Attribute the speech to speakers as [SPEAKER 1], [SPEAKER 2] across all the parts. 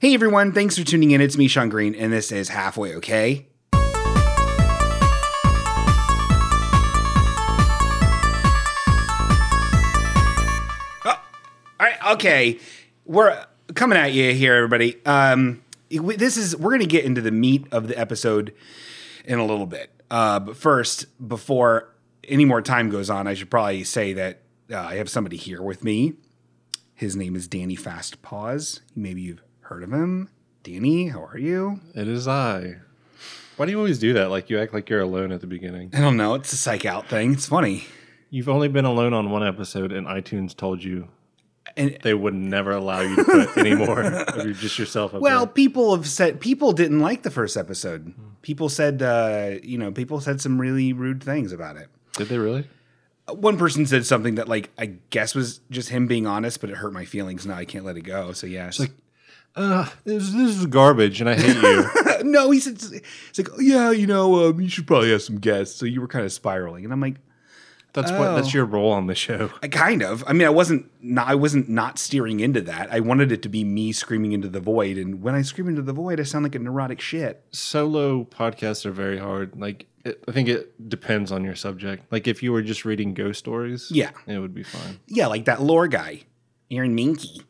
[SPEAKER 1] Hey everyone, thanks for tuning in. It's me, Sean Green, and this is Halfway Okay. Oh, all right, okay. We're coming at you here, everybody. Um, we- this is we're going to get into the meat of the episode in a little bit. Uh, but first, before any more time goes on, I should probably say that uh, I have somebody here with me. His name is Danny Fast Paws. Maybe you've heard of him. Danny, how are you?
[SPEAKER 2] It is I. Why do you always do that? Like you act like you're alone at the beginning.
[SPEAKER 1] I don't know. It's a psych out thing. It's funny.
[SPEAKER 2] You've only been alone on one episode, and iTunes told you
[SPEAKER 1] And
[SPEAKER 2] they would never allow you to put any more of your, just yourself up
[SPEAKER 1] well, people have said people didn't like the first episode. People said, uh, you know, people said some really rude things about it.
[SPEAKER 2] there. Did they really?
[SPEAKER 1] One person said something that, like, I guess was just him being honest, but it hurt my feelings. Now I can't let it go. So yeah, it's
[SPEAKER 2] like, Uh, this, this is garbage, and I hate you.
[SPEAKER 1] no, he said, it's like, yeah, you know, um, you should probably have some guests. So you were kind of spiraling, and I'm like,
[SPEAKER 2] That's what.
[SPEAKER 1] Oh.
[SPEAKER 2] That's your role on the show.
[SPEAKER 1] I kind of. I mean, I wasn't. Not, I wasn't not steering into that. I wanted it to be me screaming into the void, and when I scream into the void, I sound like a neurotic shit.
[SPEAKER 2] Solo podcasts are very hard. Like it, I think it depends on your subject. Like if you were just reading ghost stories,
[SPEAKER 1] Yeah,
[SPEAKER 2] it would be fine.
[SPEAKER 1] yeah, like that lore guy, Aaron Minky,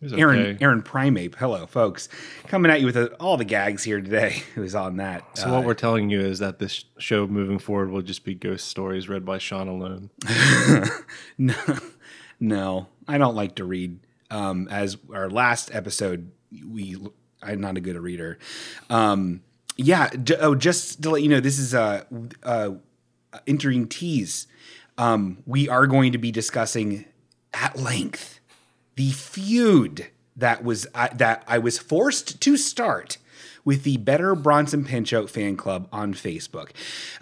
[SPEAKER 2] It was
[SPEAKER 1] Aaron
[SPEAKER 2] okay.
[SPEAKER 1] Aaron Primeape. Hello, folks, coming at you with uh, all the gags here today. It was on that.
[SPEAKER 2] So what we're telling you is that this show moving forward will just be ghost stories read by Sean alone.
[SPEAKER 1] no, no, I don't like to read. Um, as our last episode, we I'm not a good reader. Um, yeah. J- oh, just to let you know, this is uh, uh, entering tease. Um, we are going to be discussing at length the feud that was I that I was forced to start with the Better Bronson Pinchot fan club on Facebook.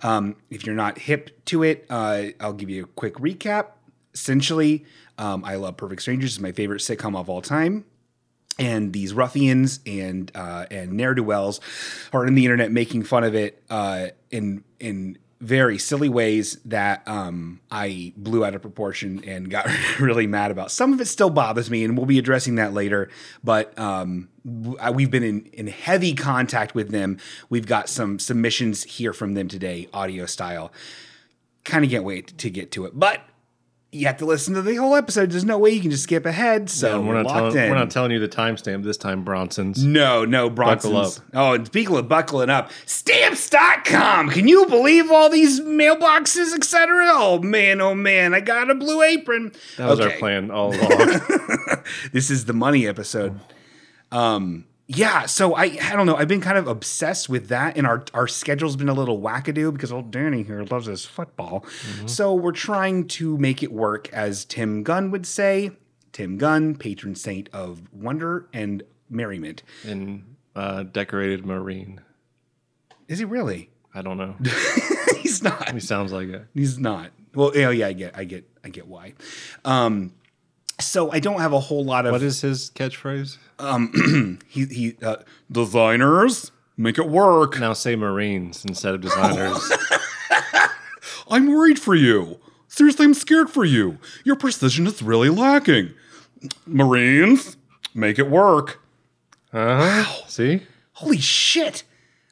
[SPEAKER 1] Um, if you're not hip to it, uh, I'll give you a quick recap. Essentially, um, I love Perfect Strangers; is my favorite sitcom of all time and these ruffians and uh, and ne'er do wells are on the internet making fun of it uh, in in very silly ways that um, I blew out of proportion and got really mad about. Some of it still bothers me, and we'll be addressing that later. But um, w- I- we've been in, in heavy contact with them. We've got some submissions here from them today, audio style. Kind of can't wait to get to it, but you have to listen to the whole episode. There's no way you can just skip ahead. So
[SPEAKER 2] And we're not,
[SPEAKER 1] locked
[SPEAKER 2] telling,
[SPEAKER 1] in.
[SPEAKER 2] we're not telling you the timestamp this time, Bronson's.
[SPEAKER 1] No, no, Bronson's.
[SPEAKER 2] up.
[SPEAKER 1] Oh, and speaking of buckling up, stamps.com. Can you believe all these mailboxes, etc.? Oh man, oh man, I got a blue apron.
[SPEAKER 2] That was our plan all along.
[SPEAKER 1] This is the money episode. Um, yeah, so I I don't know. I've been kind of obsessed with that, and our our schedule's been a little wackadoo because old Danny here loves his football.
[SPEAKER 2] Mm-hmm.
[SPEAKER 1] So we're trying to make it work, as Tim Gunn would say. Tim Gunn, patron saint of wonder and merriment.
[SPEAKER 2] and uh, decorated marine.
[SPEAKER 1] Is he really?
[SPEAKER 2] I don't know.
[SPEAKER 1] He's not.
[SPEAKER 2] He sounds like it.
[SPEAKER 1] He's not. Well, yeah, yeah, I get, I get, I get why. Um, so I don't have a whole lot of
[SPEAKER 2] What is his catchphrase?
[SPEAKER 1] he, he uh, designers make it work.
[SPEAKER 2] Now say marines instead of designers.
[SPEAKER 1] I'm worried for you. Seriously, I'm scared for you. Your precision is really lacking. Marines make it work.
[SPEAKER 2] Uh-huh. See?
[SPEAKER 1] Holy shit!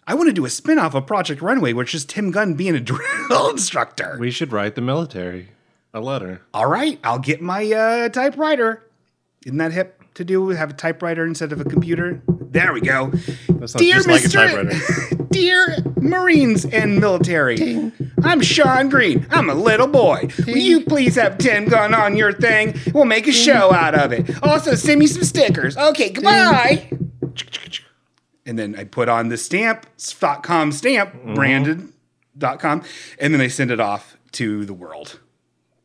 [SPEAKER 1] I want to do a spin-off of Project Runway, which is Tim Gunn being a drill instructor.
[SPEAKER 2] We should write the military a letter.
[SPEAKER 1] All right, I'll get my uh, typewriter. Isn't that hip to do? Have a typewriter instead of a computer? There we go.
[SPEAKER 2] That sounds Oh, just like a typewriter.
[SPEAKER 1] Dear Marines and military, I'm Sean Green. I'm a little boy. Will you please have Tim Gun on your thing? We'll make a show out of it. Also, send me some stickers. Okay, goodbye. And then I put on the stamp, .com stamp,
[SPEAKER 2] Mm-hmm.
[SPEAKER 1] branded dot com, and then I send it off to the world,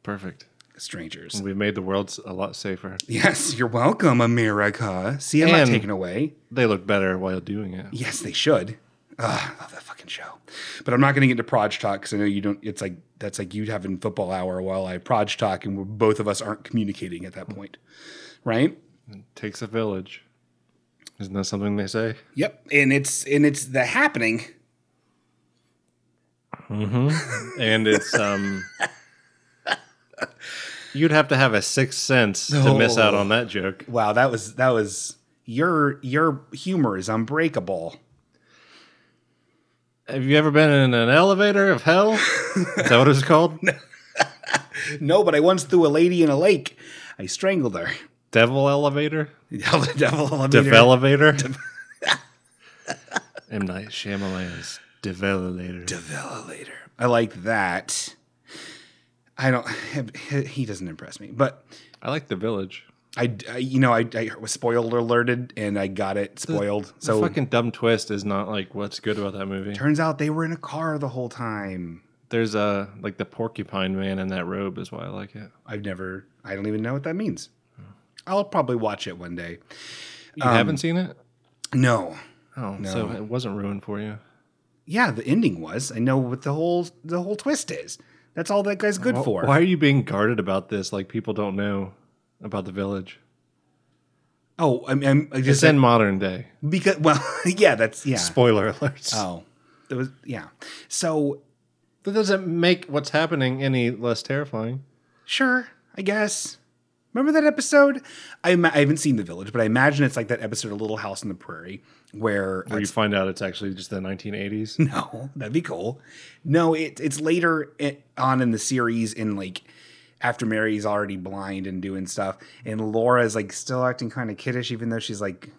[SPEAKER 2] Perfect.
[SPEAKER 1] strangers.
[SPEAKER 2] We've made the world a lot safer.
[SPEAKER 1] Yes, you're welcome, America. See, I'm not
[SPEAKER 2] And-
[SPEAKER 1] taken away.
[SPEAKER 2] They look better while doing it.
[SPEAKER 1] Yes, they should. Ugh, I love that fucking show. But I'm not going to get into Proj Talk because I know you don't. It's like that's like you having football hour while I Proj Talk, and we're, both of us aren't communicating at that point, right?
[SPEAKER 2] Takes a village. Isn't that something they say?
[SPEAKER 1] Yep. And it's and it's the happening.
[SPEAKER 2] and it's um you'd have to have a sixth sense to miss out on that joke
[SPEAKER 1] Wow, that was that was Your your humor is unbreakable.
[SPEAKER 2] Have you ever been in an elevator of hell? Is that what it's called?
[SPEAKER 1] No, but I once threw a lady in a lake. I strangled her.
[SPEAKER 2] Devil elevator?
[SPEAKER 1] The devil elevator.
[SPEAKER 2] Develevator? M. Night Shyamalan's Develevator.
[SPEAKER 1] Devil later. I like that. I don't. He doesn't impress me, but
[SPEAKER 2] I like The Village.
[SPEAKER 1] I, I- you know, I, I was spoiled alerted and I got it spoiled. so
[SPEAKER 2] So fucking dumb twist is not like what's good about that movie.
[SPEAKER 1] turns out they were in a car the whole time.
[SPEAKER 2] There's a like the porcupine man in that robe is why I like it.
[SPEAKER 1] I've never. I don't even know what that means.
[SPEAKER 2] Hmm.
[SPEAKER 1] I'll probably watch it one day.
[SPEAKER 2] You haven't seen it?
[SPEAKER 1] Um, No.
[SPEAKER 2] Oh, so it wasn't ruined for you.
[SPEAKER 1] Yeah, the ending was. I know what the whole the whole twist is. That's all that guy's good for.
[SPEAKER 2] Why are you being guarded about this? Like people don't know about the village.
[SPEAKER 1] Oh, I'm, I'm I
[SPEAKER 2] It's
[SPEAKER 1] just
[SPEAKER 2] in modern day.
[SPEAKER 1] because well, yeah, that's yeah.
[SPEAKER 2] Spoiler alerts.
[SPEAKER 1] Oh, there was yeah. So
[SPEAKER 2] That doesn't make what's happening any less terrifying.
[SPEAKER 1] Sure, I guess. Remember that episode? I, ima- I haven't seen The Village, but I imagine it's like that episode of Little House on the Prairie where.
[SPEAKER 2] Where you find out it's actually just the 1980s.
[SPEAKER 1] no, that'd be cool. No, it, it's later i on in the series, in like after Mary's already blind and doing stuff, and Laura's like still acting kind of kiddish, even though she's like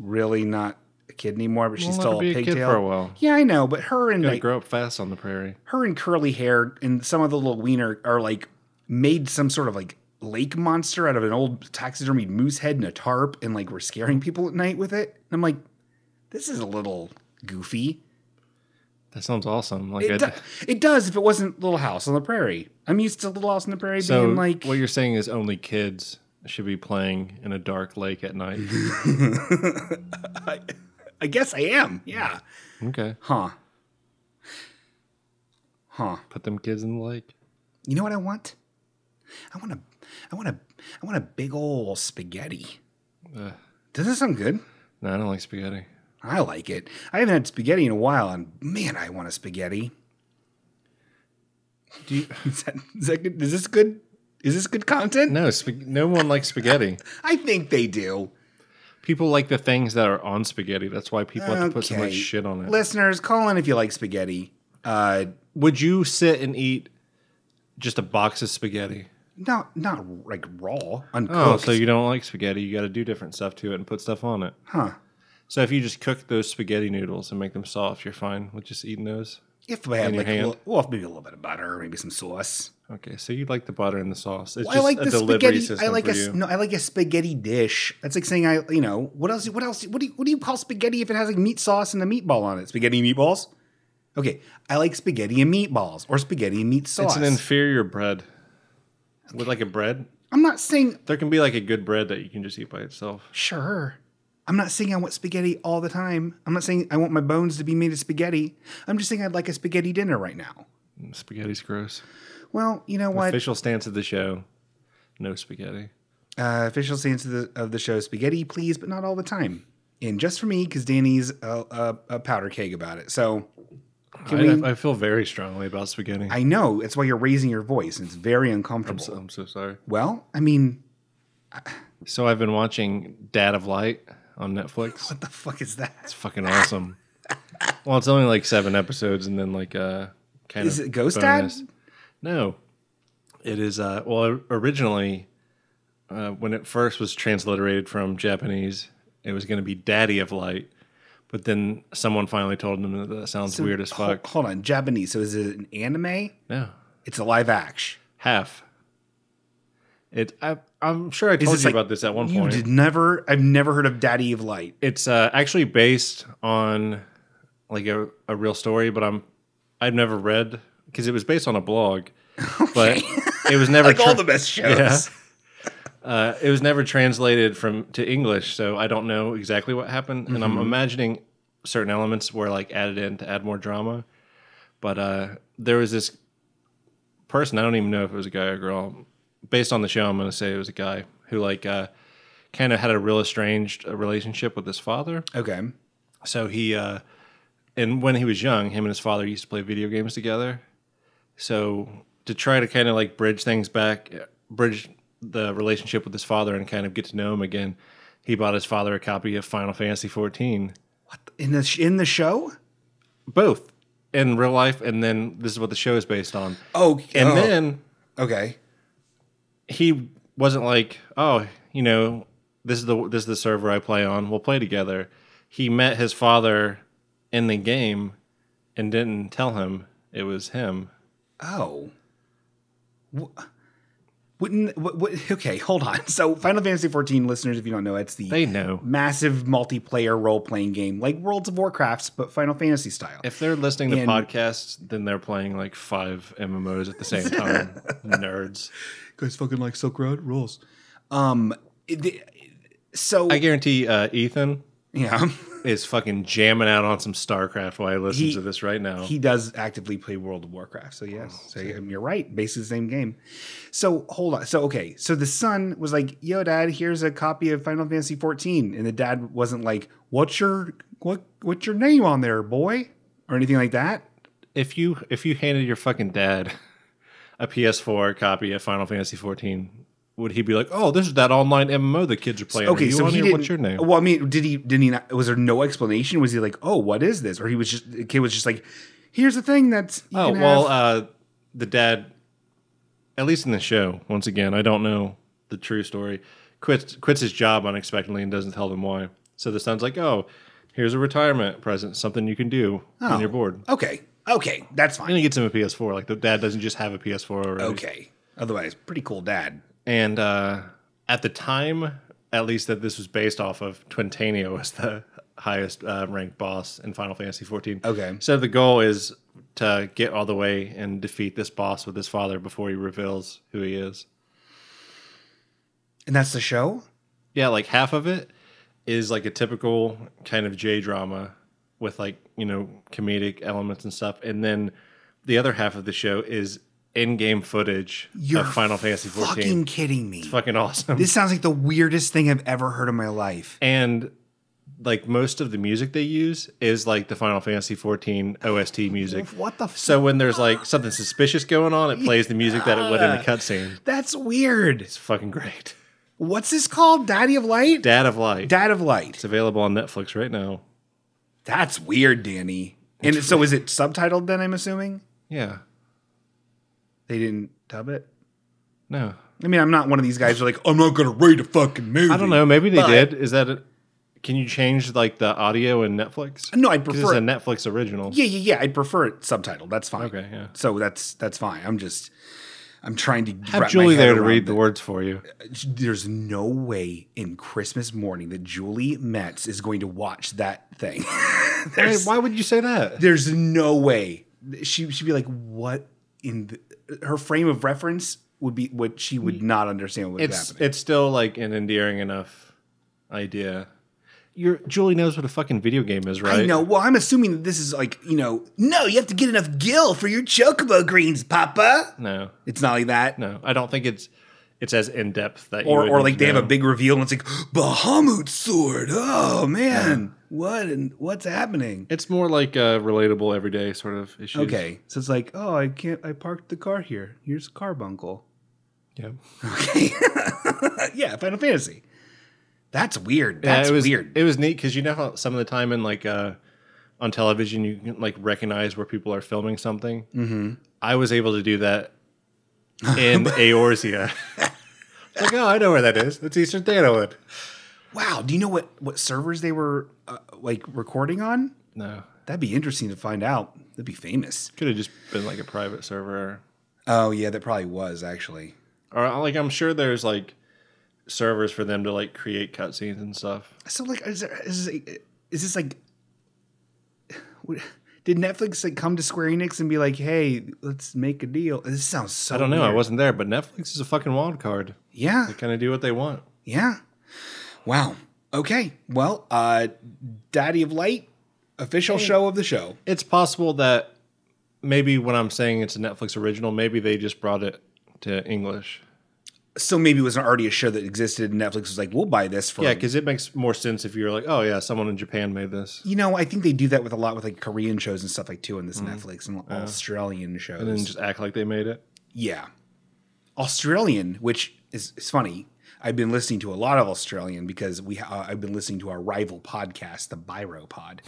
[SPEAKER 1] really not a kid anymore, but she's
[SPEAKER 2] Well,
[SPEAKER 1] still a
[SPEAKER 2] let her be a
[SPEAKER 1] pigtail.
[SPEAKER 2] kid for a while.
[SPEAKER 1] Yeah, I know, but her and
[SPEAKER 2] You gotta
[SPEAKER 1] like,
[SPEAKER 2] grow up fast on the prairie.
[SPEAKER 1] her and curly hair and some of the little wiener are like made some sort of like lake monster out of an old taxidermied moose head and a tarp and like we're scaring people at night with it. And I'm like, this is a little goofy.
[SPEAKER 2] That sounds awesome. Like I-
[SPEAKER 1] It, do- it does if it wasn't Little House on the Prairie. I'm used to Little House on the Prairie
[SPEAKER 2] so
[SPEAKER 1] being like
[SPEAKER 2] what you're saying is only kids should be playing in a dark lake at night.
[SPEAKER 1] I guess I am. Yeah.
[SPEAKER 2] okay.
[SPEAKER 1] Huh. Huh.
[SPEAKER 2] Put them kids in the lake.
[SPEAKER 1] You know what I want? I want a I want a I want a big old spaghetti.
[SPEAKER 2] Ugh.
[SPEAKER 1] Does that sound good?
[SPEAKER 2] No, I don't like spaghetti.
[SPEAKER 1] I like it. I haven't had spaghetti in a while, and man, I want a spaghetti.
[SPEAKER 2] Do you
[SPEAKER 1] Is that, is that good? Is this good? Is this good content?
[SPEAKER 2] No, spag no one likes spaghetti.
[SPEAKER 1] I think they do.
[SPEAKER 2] People like the things that are on spaghetti. That's why people have to put so much
[SPEAKER 1] Okay.
[SPEAKER 2] shit on it.
[SPEAKER 1] Listeners, call in if you like spaghetti. Uh,
[SPEAKER 2] Would you sit and eat just a box of spaghetti?
[SPEAKER 1] not not like raw,
[SPEAKER 2] Oh,
[SPEAKER 1] uncooked.
[SPEAKER 2] so you don't like spaghetti. You got to do different stuff to it and put stuff on it.
[SPEAKER 1] huh?
[SPEAKER 2] So if you just cook those spaghetti noodles and make them soft, you're fine with just eating those.
[SPEAKER 1] If I had
[SPEAKER 2] your
[SPEAKER 1] like, a
[SPEAKER 2] hand?
[SPEAKER 1] little, well, maybe a little bit of butter, maybe some sauce.
[SPEAKER 2] Okay, so you like the butter and the sauce. It's
[SPEAKER 1] Well, I
[SPEAKER 2] just
[SPEAKER 1] like
[SPEAKER 2] a
[SPEAKER 1] the
[SPEAKER 2] delivery
[SPEAKER 1] spaghetti.
[SPEAKER 2] system
[SPEAKER 1] I like
[SPEAKER 2] for
[SPEAKER 1] a s-
[SPEAKER 2] you.
[SPEAKER 1] no. I like a spaghetti dish. That's like saying I, you know, what else? What else? What do you, what do you call spaghetti if it has like meat sauce and a meatball on it? Spaghetti and meatballs. Okay, I like spaghetti and meatballs or spaghetti and meat
[SPEAKER 2] it's
[SPEAKER 1] sauce.
[SPEAKER 2] an inferior bread. With like a bread,
[SPEAKER 1] I'm not saying
[SPEAKER 2] there can be like a good bread that you can just eat by itself.
[SPEAKER 1] sure. I'm not saying I want spaghetti all the time. I'm not saying I want my bones to be made of spaghetti. I'm just saying I'd like a spaghetti dinner right now.
[SPEAKER 2] Spaghetti's gross.
[SPEAKER 1] Well, you know what?
[SPEAKER 2] Official stance of the show: no spaghetti.
[SPEAKER 1] Uh, official stance of the, of the show: spaghetti, please, but not all the time. And just for me, because Danny's a, a, a powder keg about it. So
[SPEAKER 2] I,
[SPEAKER 1] we-
[SPEAKER 2] I feel very strongly about spaghetti. I,
[SPEAKER 1] I know that's why you're raising your voice. and It's very uncomfortable.
[SPEAKER 2] am so sorry.
[SPEAKER 1] well, I mean,
[SPEAKER 2] So I've been watching Dad of Light on Netflix.
[SPEAKER 1] what the fuck is that?
[SPEAKER 2] It's fucking awesome. well, it's only like seven episodes, and then like uh, kind
[SPEAKER 1] Is
[SPEAKER 2] of
[SPEAKER 1] it Ghost
[SPEAKER 2] bonus.
[SPEAKER 1] Dad?
[SPEAKER 2] No, it is. Uh, well, originally, uh, when it first was transliterated from Japanese, it was going to be Daddy of Light, but then someone finally told them that that sounds weird as
[SPEAKER 1] Hol-
[SPEAKER 2] fuck.
[SPEAKER 1] Hold, on, Japanese. So is it an anime?
[SPEAKER 2] No,
[SPEAKER 1] It's a live action.
[SPEAKER 2] half. It. I, I'm sure I told
[SPEAKER 1] this
[SPEAKER 2] you
[SPEAKER 1] like-
[SPEAKER 2] about this at one
[SPEAKER 1] You
[SPEAKER 2] point.
[SPEAKER 1] did never. I've never heard of Daddy of Light.
[SPEAKER 2] it's uh, actually based on like a, a real story, but I'm I've never read because it was based on a blog, but it was never
[SPEAKER 1] Like all
[SPEAKER 2] tra-
[SPEAKER 1] the best shows.
[SPEAKER 2] Yeah. uh, it was never translated from to English, so I don't know exactly what happened, and
[SPEAKER 1] Mm-hmm.
[SPEAKER 2] I'm imagining certain elements were like added in to add more drama, but uh, there was this person I don't even know if it was a guy or girl. Based on the show, I'm going to say it was a guy who like uh, kind of had a real estranged uh, relationship with his father.
[SPEAKER 1] Okay.
[SPEAKER 2] So he, uh, and when he was young, him and his father used to play video games together. So to try to kind of like bridge things back, bridge the relationship with his father and kind of get to know him again, he bought his father a copy of Final Fantasy 14.
[SPEAKER 1] in the sh- in the show.
[SPEAKER 2] Both in real life, and then this is what the show is based on.
[SPEAKER 1] Oh,
[SPEAKER 2] And
[SPEAKER 1] oh,
[SPEAKER 2] then
[SPEAKER 1] okay,
[SPEAKER 2] he wasn't like, oh, you know, this is the this is the server I play on. We'll play together. He met his father in the game and didn't tell him it was him.
[SPEAKER 1] oh, Wh- wouldn't what, what, okay? Hold on. So, Final Fantasy 14 listeners, if you don't know, it's the
[SPEAKER 2] They know.
[SPEAKER 1] massive multiplayer role playing game like Worlds of Warcrafts, but Final Fantasy style.
[SPEAKER 2] If they're listening to
[SPEAKER 1] And-
[SPEAKER 2] podcasts, then they're playing like five MMOs at the same time. Nerds.
[SPEAKER 1] guys fucking like Silk Road rules. Um, it- the- so
[SPEAKER 2] I guarantee uh, Ethan
[SPEAKER 1] yeah,
[SPEAKER 2] is fucking jamming out on some StarCraft while he listens
[SPEAKER 1] He-
[SPEAKER 2] to this right now.
[SPEAKER 1] he does actively play World of Warcraft. So yes,
[SPEAKER 2] Oh,
[SPEAKER 1] so you're right. Basically the same game. So hold on. So okay. So the son was like, "Yo, dad, here's a copy of Final Fantasy 14," and the dad wasn't like, "What's your what? What's your name on there, boy?" or anything like that.
[SPEAKER 2] if you if you handed your fucking dad a PS4 copy of Final Fantasy 14, would he be like, "Oh, this is that online MMO the kids are playing"?
[SPEAKER 1] Okay,
[SPEAKER 2] Are you
[SPEAKER 1] so
[SPEAKER 2] on
[SPEAKER 1] he
[SPEAKER 2] here?
[SPEAKER 1] didn't.
[SPEAKER 2] What's your name?
[SPEAKER 1] Well, I mean, did he? Did he? Not, was there no explanation? Was he like, "Oh, what is this?" Or he was just the kid was just like, "Here's the thing that's you
[SPEAKER 2] Oh
[SPEAKER 1] can
[SPEAKER 2] well,
[SPEAKER 1] have."
[SPEAKER 2] uh, the dad, at least in the show. Once again, I don't know the true story. quits quits his job unexpectedly and doesn't tell them why. So the son's like, "Oh, here's a retirement present, something you can do
[SPEAKER 1] Oh.
[SPEAKER 2] when you're bored."
[SPEAKER 1] okay, okay, that's fine.
[SPEAKER 2] And he gets him a PS4. Like the dad doesn't just have a PS4 already.
[SPEAKER 1] Okay. Otherwise, pretty cool dad.
[SPEAKER 2] And uh, at the time, at least that this was based off of, Twintanio was the highest uh, ranked boss in Final Fantasy 14.
[SPEAKER 1] Okay.
[SPEAKER 2] So the goal is to get all the way and defeat this boss with his father before he reveals who he is.
[SPEAKER 1] And that's the show?
[SPEAKER 2] Yeah, like half of it is like a typical kind of J drama with like, you know, comedic elements and stuff. And then the other half of the show is in game footage
[SPEAKER 1] You're
[SPEAKER 2] of Final Fantasy 14.
[SPEAKER 1] Fucking kidding me.
[SPEAKER 2] fucking awesome.
[SPEAKER 1] This sounds like the weirdest thing I've ever heard in my life.
[SPEAKER 2] and like most of the music they use is like the Final Fantasy 14 OST music.
[SPEAKER 1] What the f-
[SPEAKER 2] So when there's like something suspicious going on, it plays the music that it would in the cutscene.
[SPEAKER 1] That's weird.
[SPEAKER 2] It's fucking great.
[SPEAKER 1] What's this called? Daddy of Light?
[SPEAKER 2] Dad of Light.
[SPEAKER 1] Dad of Light.
[SPEAKER 2] it's available on Netflix right now.
[SPEAKER 1] That's weird, Danny. And so is it subtitled then, I'm assuming?
[SPEAKER 2] Yeah.
[SPEAKER 1] They didn't dub it?
[SPEAKER 2] No.
[SPEAKER 1] I mean, I'm not one of these guys who are like, I'm not going to rate a fucking movie.
[SPEAKER 2] I don't know. Maybe they
[SPEAKER 1] But-
[SPEAKER 2] did. Is that a, can you change like the audio in Netflix?
[SPEAKER 1] No, I'd
[SPEAKER 2] 'Cause
[SPEAKER 1] prefer it-
[SPEAKER 2] it's a Netflix original.
[SPEAKER 1] Yeah, yeah, yeah. I'd prefer it subtitled. That's fine.
[SPEAKER 2] Okay, yeah.
[SPEAKER 1] So that's that's fine. I'm just, I'm trying to wrap my
[SPEAKER 2] Have Julie
[SPEAKER 1] head
[SPEAKER 2] there to
[SPEAKER 1] around
[SPEAKER 2] read
[SPEAKER 1] the-
[SPEAKER 2] the words for you.
[SPEAKER 1] there's no way in Christmas morning that Julie Metz is going to watch that thing.
[SPEAKER 2] Hey,
[SPEAKER 1] there's,
[SPEAKER 2] why would you say that?
[SPEAKER 1] there's no way. She she'd be like, what in the, her frame of reference would be what she would not understand what's
[SPEAKER 2] Mm. it's
[SPEAKER 1] happening.
[SPEAKER 2] it's still like an endearing enough idea. Your Julie knows what a fucking video game is, right?
[SPEAKER 1] I know. Well, I'm assuming that this is like, you know, no, you have to get enough gill for your chocobo greens, Papa.
[SPEAKER 2] No,
[SPEAKER 1] It's not like that.
[SPEAKER 2] no, I don't think it's it's as in depth that. you
[SPEAKER 1] Or,
[SPEAKER 2] would
[SPEAKER 1] or
[SPEAKER 2] need
[SPEAKER 1] like
[SPEAKER 2] to
[SPEAKER 1] they have a
[SPEAKER 2] know.
[SPEAKER 1] big reveal and it's like Bahamut sword. Oh man, what and what's happening?
[SPEAKER 2] It's more like a relatable everyday sort of issue.
[SPEAKER 1] Okay. So it's like, oh, I can't, I parked the car here. Here's Carbuncle.
[SPEAKER 2] Yeah.
[SPEAKER 1] Okay. yeah, Final Fantasy. That's weird.
[SPEAKER 2] Yeah,
[SPEAKER 1] That's
[SPEAKER 2] it was
[SPEAKER 1] weird.
[SPEAKER 2] It was neat because you know how some of the time in like uh, on television you can like recognize where people are filming something. Mm-hmm. I was able to do that in Eorzea. It's like, oh, I know where that is. That's Eastern Thanawood.
[SPEAKER 1] wow. Do you know what, what servers they were uh, like recording on?
[SPEAKER 2] No,
[SPEAKER 1] That'd be interesting to find out. That'd be famous.
[SPEAKER 2] Could have just been like a private server.
[SPEAKER 1] Oh, yeah, that probably was actually.
[SPEAKER 2] Or uh, like I'm sure there's like servers for them to like create cutscenes and stuff.
[SPEAKER 1] So, like, is, there, is, this, like, is this like, what- did Netflix like come to Square Enix and be like, hey, let's make a deal? This sounds so
[SPEAKER 2] I don't know.
[SPEAKER 1] Oh,
[SPEAKER 2] I
[SPEAKER 1] weird.
[SPEAKER 2] wasn't there, but Netflix is a fucking wild card.
[SPEAKER 1] Yeah.
[SPEAKER 2] They kind of do what they want.
[SPEAKER 1] Yeah. Wow. Okay. Well, uh Daddy of Light, official show of the show.
[SPEAKER 2] It's possible that maybe when I'm saying it's a Netflix original, maybe they just brought it to English.
[SPEAKER 1] So maybe it was already a show that existed and Netflix was like, we'll buy this for
[SPEAKER 2] Yeah, because it makes more sense if you're like, oh yeah, someone in Japan made this.
[SPEAKER 1] you know, I think they do that with a lot with like Korean shows and stuff like too on this
[SPEAKER 2] Mm.
[SPEAKER 1] Netflix and Australian shows.
[SPEAKER 2] And then just act like they made it.
[SPEAKER 1] yeah. Australian, which is, is funny. I've been listening to a lot of Australian because we uh, I've been listening to our rival podcast, the Biro Pod.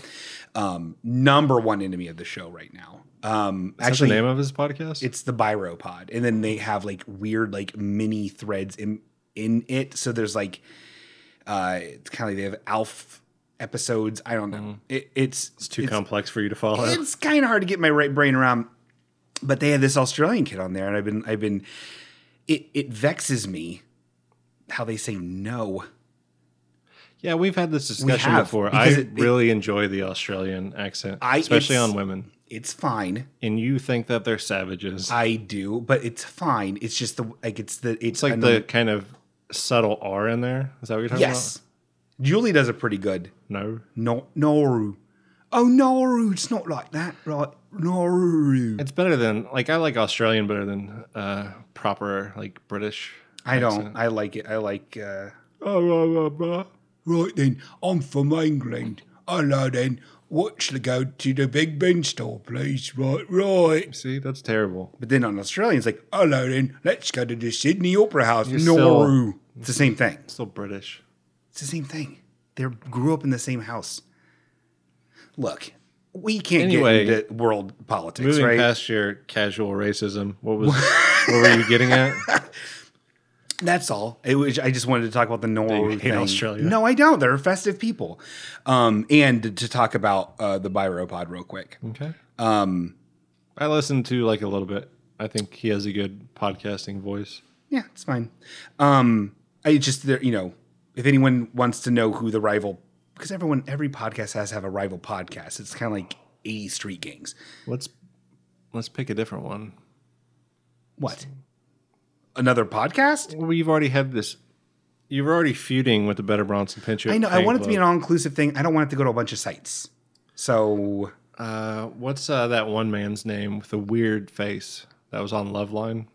[SPEAKER 1] Um, number one enemy of the show right now. Um,
[SPEAKER 2] Actually,
[SPEAKER 1] actually,
[SPEAKER 2] the name of his podcast.
[SPEAKER 1] it's the Biro Pod, and then they have like weird like mini threads in in it. So there's like uh, it's kind of like they have Alf episodes. I don't know. It, it's
[SPEAKER 2] Mm-hmm. It's too complex for you to follow.
[SPEAKER 1] it's kind of hard to get my right brain around. But they had this Australian kid on there, and I've been, I've been, it, it vexes me how they say no.
[SPEAKER 2] yeah, we've had this discussion
[SPEAKER 1] have,
[SPEAKER 2] before. I
[SPEAKER 1] because it- it-
[SPEAKER 2] really enjoy the Australian accent,
[SPEAKER 1] I-
[SPEAKER 2] especially
[SPEAKER 1] it's-
[SPEAKER 2] on women.
[SPEAKER 1] It's fine,
[SPEAKER 2] And you think that they're savages.
[SPEAKER 1] I do, but it's fine. It's just the like, it's the, it's,
[SPEAKER 2] it's like the kind of subtle R in there. Is that what you're talking
[SPEAKER 1] yes. Julie does a pretty good.
[SPEAKER 2] about? No.
[SPEAKER 1] No, Noru. Oh, Noru. It's not like that, right? Noru.
[SPEAKER 2] It's better than like I like Australian better than uh proper like British.
[SPEAKER 1] I don't. I like it. I like. uh
[SPEAKER 2] Oh, blah, blah, blah.
[SPEAKER 1] Right then, I'm from England. Hello then. Watch the go to the Big Ben store, please. Right, right.
[SPEAKER 2] See, that's terrible.
[SPEAKER 1] But then on Australian, it's like, hello then, let's go to the Sydney Opera House.
[SPEAKER 2] still-
[SPEAKER 1] Noru. It's the same thing.
[SPEAKER 2] Still British.
[SPEAKER 1] It's the same thing. They grew up in the same house. Look, we can't
[SPEAKER 2] Anyway,
[SPEAKER 1] get into world politics,
[SPEAKER 2] Moving
[SPEAKER 1] right?
[SPEAKER 2] past your casual racism, what was what were you getting at?
[SPEAKER 1] That's all. It was, I just wanted to talk about the Noru
[SPEAKER 2] hate
[SPEAKER 1] thing.
[SPEAKER 2] Australia.
[SPEAKER 1] No, I don't. They're festive people. Um, and to talk about uh, the Biropod real quick.
[SPEAKER 2] Okay. Um I listened to like a little bit. I think he has a good podcasting voice.
[SPEAKER 1] Yeah, it's fine. Um, I just there, you know, if anyone wants to know who the rival, because everyone, every podcast has to have a rival podcast. It's kind of like eighty street gangs.
[SPEAKER 2] Let's let's pick a different one.
[SPEAKER 1] What? Another podcast?
[SPEAKER 2] We've already had this you're already feuding with the Better Bronson Pinchot.
[SPEAKER 1] I know. I want it to be an all-inclusive thing. I don't want it to go to a bunch of sites. So
[SPEAKER 2] Uh, what's uh, that one man's name with the weird face that was on Loveline?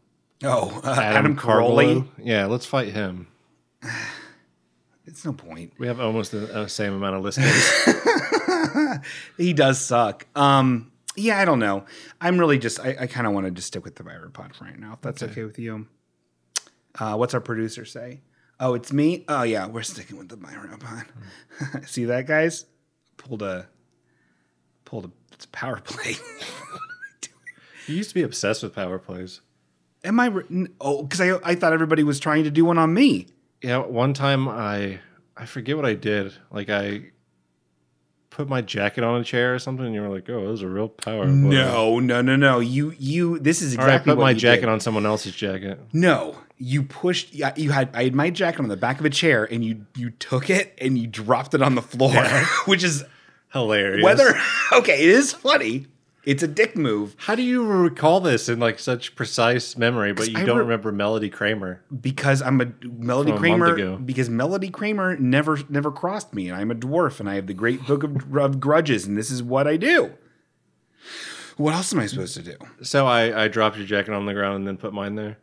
[SPEAKER 1] oh, uh, Adam, Carolla.
[SPEAKER 2] Carolla? Yeah, let's fight him.
[SPEAKER 1] It's no point.
[SPEAKER 2] We have almost the uh, same amount of listeners.
[SPEAKER 1] He does suck. Um, yeah, I don't know. I'm really just. I, I kind of want to just stick with the Viper Pod for right now. If that's okay, with you. Uh, what's our producer say? Oh, it's me. Oh yeah, we're sticking with the Viper Pod.
[SPEAKER 2] Hmm.
[SPEAKER 1] See that, guys? Pulled a pulled a it's a power play.
[SPEAKER 2] you used to be obsessed with power plays.
[SPEAKER 1] Am I? Re- n- oh, because I I thought everybody was trying to do one on me.
[SPEAKER 2] Yeah, one time I I forget what I did. Like I put my jacket on a chair or something, and you were like, "Oh, that was a real power." play."
[SPEAKER 1] No, no, no, no. You you. This is
[SPEAKER 2] Or I
[SPEAKER 1] exactly
[SPEAKER 2] put
[SPEAKER 1] what
[SPEAKER 2] my
[SPEAKER 1] you
[SPEAKER 2] jacket
[SPEAKER 1] did.
[SPEAKER 2] on someone else's jacket.
[SPEAKER 1] No, you pushed. yeah, You had I had my jacket on the back of a chair, and you you took it and you dropped it on the floor, which is
[SPEAKER 2] Hilarious.
[SPEAKER 1] whether okay. It is funny. It's a dick move
[SPEAKER 2] How do you recall this in like such precise memory, but you
[SPEAKER 1] I
[SPEAKER 2] don't
[SPEAKER 1] re-
[SPEAKER 2] remember Melody Kramer?
[SPEAKER 1] because I'm a Melody
[SPEAKER 2] From a month ago.
[SPEAKER 1] Kramer. Because Melody Kramer never never crossed me, and I'm a dwarf, and I have the great book of, of grudges, and this is what I do. What else am I supposed to do?
[SPEAKER 2] So I, I dropped your jacket on the ground and then put mine there.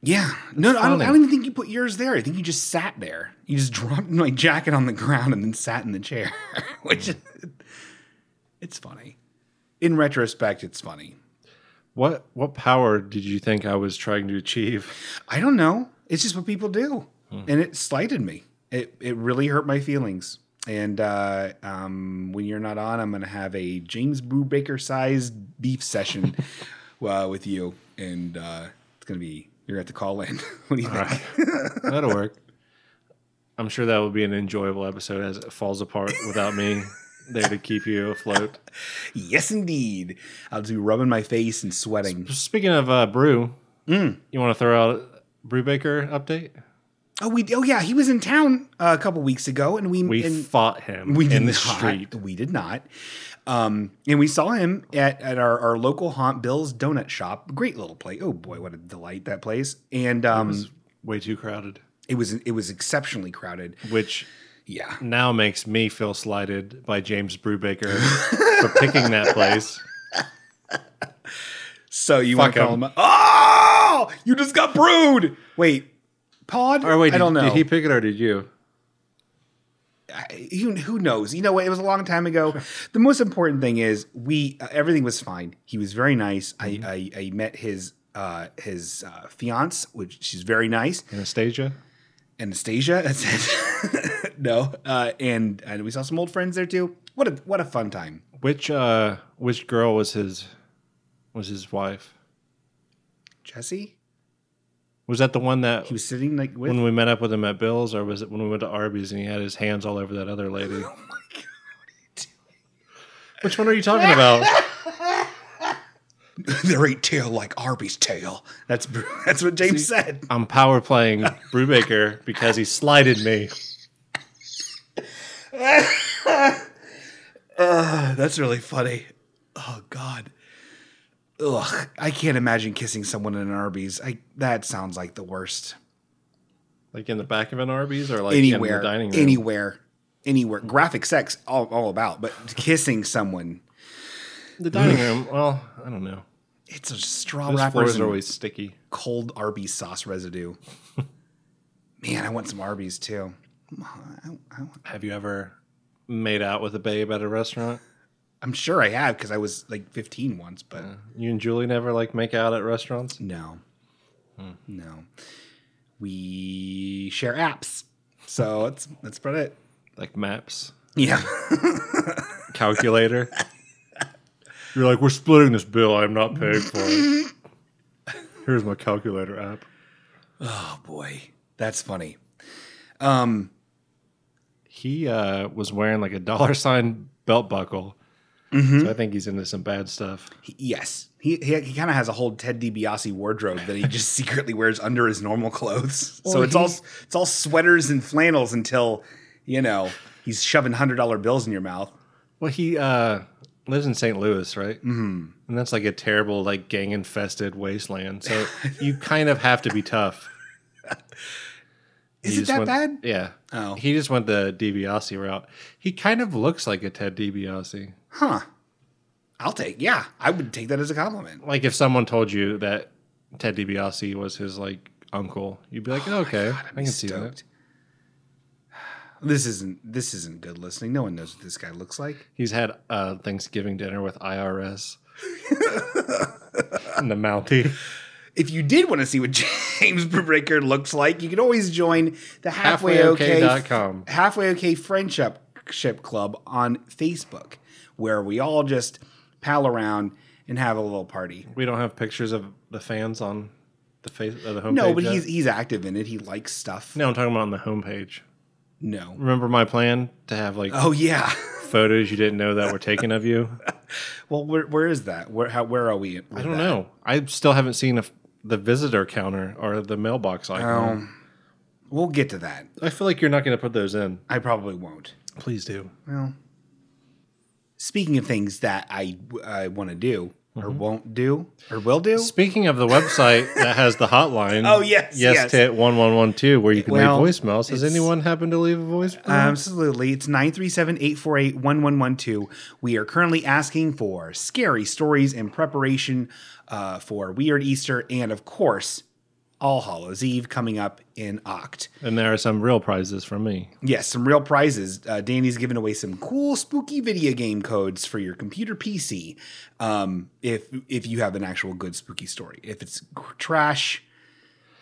[SPEAKER 1] Yeah, no, no I, don't, I
[SPEAKER 2] funny.
[SPEAKER 1] don't even think you put yours there. I think you just sat there. You just dropped my jacket on the ground and then sat in the chair, which is, it's funny. In retrospect, it's funny.
[SPEAKER 2] What what power did you think I was trying to achieve?
[SPEAKER 1] I don't know. It's just what people do, and it slighted me. It it really hurt my feelings. And uh, um, when you're not on, I'm gonna have a James Brubaker sized beef session uh, with you, and uh, it's gonna be you're gonna have to call in. what do you think?
[SPEAKER 2] That'll work. I'm sure that will be an enjoyable episode as it falls apart without me there to keep you afloat.
[SPEAKER 1] Yes, indeed. I'll do rubbing my face and sweating.
[SPEAKER 2] Speaking of uh, brew, you want to throw out a brew baker update?
[SPEAKER 1] Oh, we. Oh, yeah. He was in town uh, a couple weeks ago, and we
[SPEAKER 2] We
[SPEAKER 1] and
[SPEAKER 2] fought him
[SPEAKER 1] we
[SPEAKER 2] in the
[SPEAKER 1] not,
[SPEAKER 2] street.
[SPEAKER 1] We did not. Um, and we saw him at, at our, our local haunt, Bill's Donut Shop. Great little place. Oh boy, what a delight that place. And um,
[SPEAKER 2] Way too crowded,
[SPEAKER 1] it was it was exceptionally crowded.
[SPEAKER 2] which
[SPEAKER 1] Yeah.
[SPEAKER 2] now makes me feel slighted by James Brewbaker for picking that place.
[SPEAKER 1] So you want to
[SPEAKER 2] Fuck
[SPEAKER 1] call
[SPEAKER 2] him.
[SPEAKER 1] him? Oh, you just got brewed. Wait, Pod.
[SPEAKER 2] Or wait, did,
[SPEAKER 1] I don't know.
[SPEAKER 2] did he pick it or did you?
[SPEAKER 1] who, who knows? You know what? It was a long time ago. The most important thing is we uh, everything was fine. He was very nice. I, I I met his uh his uh fiance, which she's very nice.
[SPEAKER 2] Anastasia?
[SPEAKER 1] Anastasia. That's it. no, uh, and, and we saw some old friends there too. What a what a fun time.
[SPEAKER 2] Which uh which girl was his was his wife?
[SPEAKER 1] Jesse,
[SPEAKER 2] Was that the one that
[SPEAKER 1] he was sitting like with.
[SPEAKER 2] when we met up with him at Bill's, or was it when we went to Arby's and he had his hands all over that other lady? Oh my god! Which one are you talking about?
[SPEAKER 1] They're eight tail like Arby's tail. That's that's what James said.
[SPEAKER 2] I'm power playing Brubaker because he slighted me.
[SPEAKER 1] Uh, that's really funny. Oh God. Ugh, I can't imagine kissing someone in an Arby's. I that sounds like the worst.
[SPEAKER 2] Like in the back of an Arby's, or like
[SPEAKER 1] anywhere,
[SPEAKER 2] in the dining room.
[SPEAKER 1] anywhere, anywhere. Graphic sex, all, all about, but kissing someone.
[SPEAKER 2] The dining room. Well, I don't know.
[SPEAKER 1] It's just straw
[SPEAKER 2] Those
[SPEAKER 1] wrappers
[SPEAKER 2] floors
[SPEAKER 1] and
[SPEAKER 2] are always sticky.
[SPEAKER 1] cold Arby's sauce residue. Man, I want some Arby's too. Come on, I, I want,
[SPEAKER 2] Have you ever made out with a babe at a restaurant?
[SPEAKER 1] I'm sure I have because I was like 15 once, but
[SPEAKER 2] You and Julie never like make out at restaurants.
[SPEAKER 1] no,
[SPEAKER 2] Hmm.
[SPEAKER 1] no. We share apps, so that's that's about it.
[SPEAKER 2] Like maps,
[SPEAKER 1] Yeah,
[SPEAKER 2] calculator. You're like, we're splitting this bill. I'm not paying for it. Here's my calculator app.
[SPEAKER 1] oh boy, that's funny.
[SPEAKER 2] He uh, was wearing like a dollar sign belt buckle,
[SPEAKER 1] Mm-hmm.
[SPEAKER 2] so I think he's into some bad stuff.
[SPEAKER 1] Yes, he he, he kind of has a whole Ted DiBiase wardrobe that he just secretly wears under his normal clothes. so
[SPEAKER 2] Well,
[SPEAKER 1] it's all
[SPEAKER 2] he's-
[SPEAKER 1] it's all sweaters and flannels until you know he's shoving hundred dollar bills in your mouth.
[SPEAKER 2] Well, he uh, lives in St. Louis, right? Mm-hmm. And that's like a terrible, like gang infested wasteland. So you kind of have to be tough.
[SPEAKER 1] Is
[SPEAKER 2] He
[SPEAKER 1] it
[SPEAKER 2] just
[SPEAKER 1] that
[SPEAKER 2] went-
[SPEAKER 1] bad?
[SPEAKER 2] Yeah.
[SPEAKER 1] Oh.
[SPEAKER 2] He just went the DiBiase route. He kind of looks like a Ted DiBiase.
[SPEAKER 1] Huh? I'll take yeah. I would take that as a compliment.
[SPEAKER 2] Like if someone told you that Ted DiBiase was his like uncle, you'd be like,
[SPEAKER 1] Oh
[SPEAKER 2] okay, I can see that.
[SPEAKER 1] Stoked. This isn't this isn't good listening. No one knows what this guy looks like.
[SPEAKER 2] He's had uh, Thanksgiving dinner with IRS and the Mountie.
[SPEAKER 1] If you did want to see what James Brubaker looks like, you can always join the Halfway, okay
[SPEAKER 2] HalfwayOK.com.
[SPEAKER 1] Halfway Okay Friendship Ship Club on Facebook, where we all just pal around and have a little party.
[SPEAKER 2] We don't have pictures of the fans on the face of the homepage.
[SPEAKER 1] No, but
[SPEAKER 2] yet?
[SPEAKER 1] he's he's active in it. He likes stuff.
[SPEAKER 2] No, I'm talking about on the homepage.
[SPEAKER 1] No.
[SPEAKER 2] Remember my plan to have like
[SPEAKER 1] Oh yeah.
[SPEAKER 2] photos you didn't know that were taken of you?
[SPEAKER 1] Well, where where is that? Where how, where are we?
[SPEAKER 2] I don't know. I still haven't seen if the visitor counter or the mailbox
[SPEAKER 1] Um.
[SPEAKER 2] icon.
[SPEAKER 1] We'll get to that.
[SPEAKER 2] I feel like you're not going to put those in.
[SPEAKER 1] I probably won't.
[SPEAKER 2] Please do.
[SPEAKER 1] Well, speaking of things that I I want to do or
[SPEAKER 2] Mm-hmm.
[SPEAKER 1] won't do or will do.
[SPEAKER 2] Speaking of the website that has the hotline.
[SPEAKER 1] Oh, yes,
[SPEAKER 2] Yes,
[SPEAKER 1] yes.
[SPEAKER 2] tit 1112 where you can
[SPEAKER 1] Well,
[SPEAKER 2] leave voicemails. Has
[SPEAKER 1] it's- Uh,
[SPEAKER 2] anyone happened to leave a voicemail?
[SPEAKER 1] Um, Absolutely. It's 937 848 1112. We are currently asking for scary stories in preparation uh, for Weird Easter and, of course, All Hallows Eve coming up in Oct.
[SPEAKER 2] and there are some real prizes from me.
[SPEAKER 1] Yes, some real prizes. Uh, Danny's giving away some cool, spooky video game codes for your computer PC. Um, if if you have an actual good spooky story, if it's cr- trash,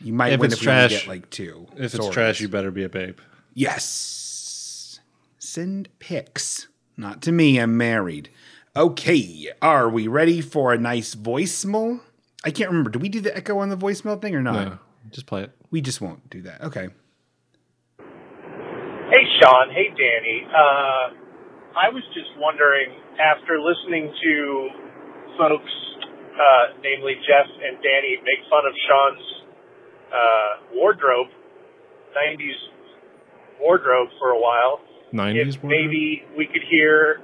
[SPEAKER 1] you might
[SPEAKER 2] If
[SPEAKER 1] win
[SPEAKER 2] it's
[SPEAKER 1] if we only
[SPEAKER 2] trash-
[SPEAKER 1] get like two.
[SPEAKER 2] If it's
[SPEAKER 1] stories.
[SPEAKER 2] trash, you better be a babe.
[SPEAKER 1] yes, send pics. Not to me. I'm married. Okay, are we ready for a nice voicemail? I can't remember. Do we do the echo on the voicemail thing or not?
[SPEAKER 2] No, Uh, just play it.
[SPEAKER 1] We just won't do that. Okay.
[SPEAKER 3] Hey, Sean. Hey, Danny. Uh, I was just wondering, after listening to folks, uh, namely Jeff and Danny, make fun of Sean's uh, wardrobe, 90s wardrobe for a while,
[SPEAKER 2] 90s wardrobe?
[SPEAKER 3] if maybe we could hear